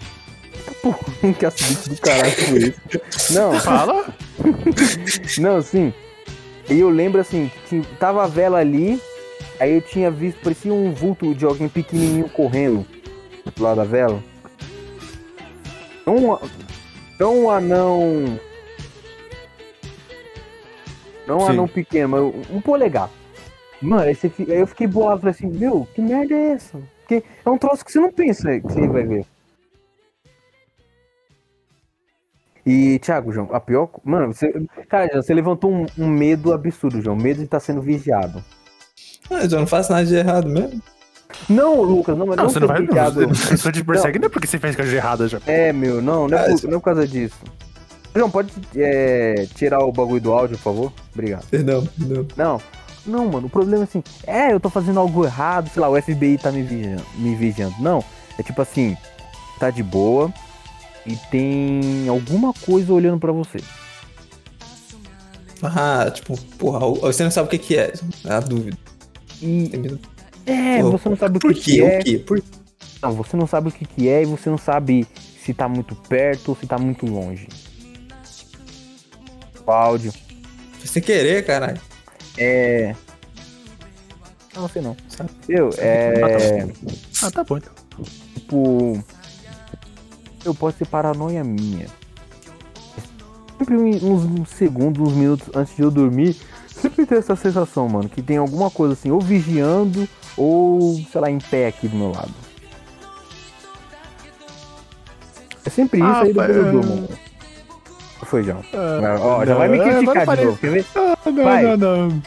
Pô, que acidente do caralho foi esse? Não,
Fala.
não, assim. E eu lembro assim, que tinha- tava a vela ali, aí eu tinha visto, parecia um vulto de alguém pequenininho correndo lá da vela. Não, a- não um anão. Não um
Sim.
anão pequeno, mas um- um polegar. Mano, aí, você fi- aí eu fiquei bolado, falei assim, meu, que merda é essa? Porque é um troço que você não pensa que você vai ver. E, Thiago, João, a pior. co- Mano, você. Cara, João, você levantou um, um medo absurdo, João. Medo de estar sendo vigiado.
Ah, eu não faço nada de errado mesmo.
Não, Lucas, não, mas
Ah,
não,
Não, você não
ser
vai. Não,
vigiado.
você- você te persegue não é porque você fez coisa de errada já.
É, meu, não, não é,
Ah,
por,
isso-
não é por causa disso. João, pode é, tirar o bagulho do áudio, por favor? Obrigado.
Perdão, perdão.
Não, não, mano, o problema é assim, é, eu tô fazendo algo errado, sei lá, o FBI tá me vigiando. Me vigiando. Não, é tipo assim, tá de boa e tem alguma coisa olhando pra você.
Ah, tipo, porra, o- você não sabe o que que é. É a dúvida.
E,
Tem medo.
é,
Pô,
você não sabe o
Por
que, que
quê?
é.
O quê? Por
Não, você não sabe o que, que é e você não sabe se tá muito perto ou se tá muito longe. O áudio.
Sem querer, caralho.
É. Não, sei não.
Sabe?
Eu, é.
Ah, tá bom então.
Tipo. Eu posso ser paranoia minha. Sempre um- uns, uns segundos, uns minutos antes de eu dormir, sempre tem essa sensação, mano, que tem alguma coisa assim, ou vigiando, ou, sei lá, em pé aqui do meu lado. É sempre isso
Ah,
aí depois eu
pai,
durmo. mano. Foi, João. Ó, já vai me
não, agora
criticar de
parei.
novo, quer ver?
Ah, não,
Vai.
não, não.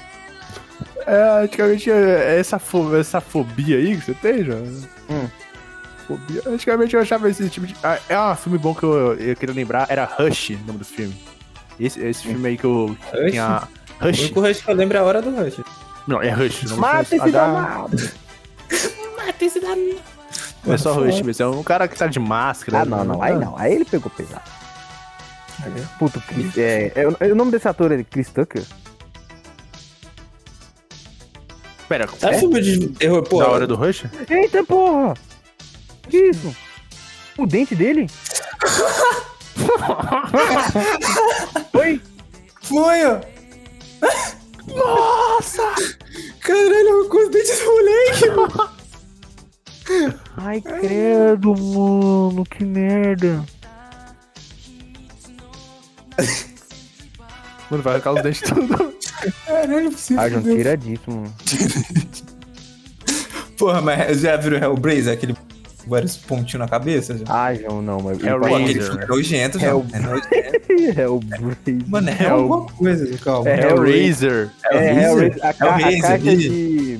É, antigamente é, essa, fo- essa fobia aí que você tem, já.
Hum.
Fobia. Antigamente eu achava esse tipo de. Ah, é um filme bom que eu, eu queria lembrar, era Rush, o nome do filme. Esse, esse filme aí que eu
Rush?
tinha.
O
Rush?
único rush que eu lembro é a hora do rush.
Não, é Rush. o nome do
Mata
filme.
esse
Ah, dá-
danado!
Ah,
Mata esse danado.
Não é só Rush mesmo, é um cara que tá de máscara.
Ah, não, não, aí não, aí ele pegou pesado. Puto, Chris- é, é, o- é o nome desse ator é Chris Tucker?
Pera,
Tá
é?
filme de terror, pô.
da hora do Rush?
Eita porra! Que isso? O dente dele? Oi?
Foi, ó.
Nossa!
Caralho, arrancou os dentes do moleque, mano.
Ai, credo, mano, que merda.
Mano, vai arrancar os dentes tudo.
Caralho, você
Ah, João,
fudeu.
tira disso, mano.
Porra, mas é, já viram Hellblazer? Aquele vários pontinhos na cabeça? Já?
Ah, João, não, mas...
É o
Pô,
Razer.
aquele filme é nojento, já.
Hell-
É nojento.
É o Braze.
Mano, é
Hell-
alguma coisa, já, calma.
É o
Hellraiser.
É, é o Razer. A, ca- a
Hellraiser,
caixa
ih.
de...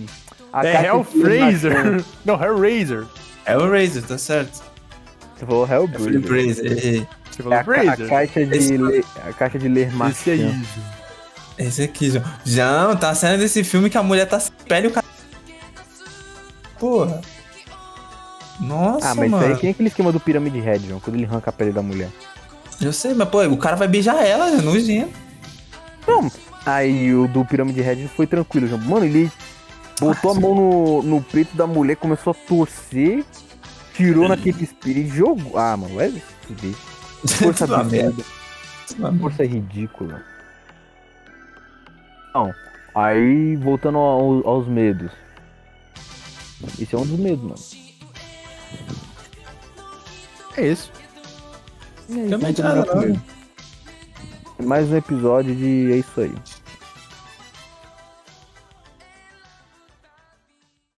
A
É
caixa de-
Hellraiser. Não, Hellraiser.
Hellraiser, tá certo.
Você falou
É Felipe
Hellblazer.
Razer, errei.
Você
É
falou
a, ca- a
Hellraiser.
caixa de...
Esse-
Le... A caixa de ler
Esse é aí.
Esse aqui, João. João, tá sendo desse filme que a mulher tá sem pele e o cara. Porra. Nossa,
Ah, mas
mano.
isso aí tem aquele esquema do Pirâmide Head, João, quando ele arranca a pele da mulher.
Eu sei, mas pô, o cara vai beijar ela, é nojento.
Não. Aí o do Pirâmide Red foi tranquilo, João. Mano, ele botou a mão no, no peito da mulher, começou a torcer, tirou naquele espírito e jogou. Ah, mano, vai se fuder. Força
Tudo é uma
absurda,
merda. tudo uma merda.
força ridícula. Não. Aí, voltando ao- aos medos. Isso é um dos medos, mano.
É isso.
Também de nada, não.
Mais um episódio de É Isso Aí.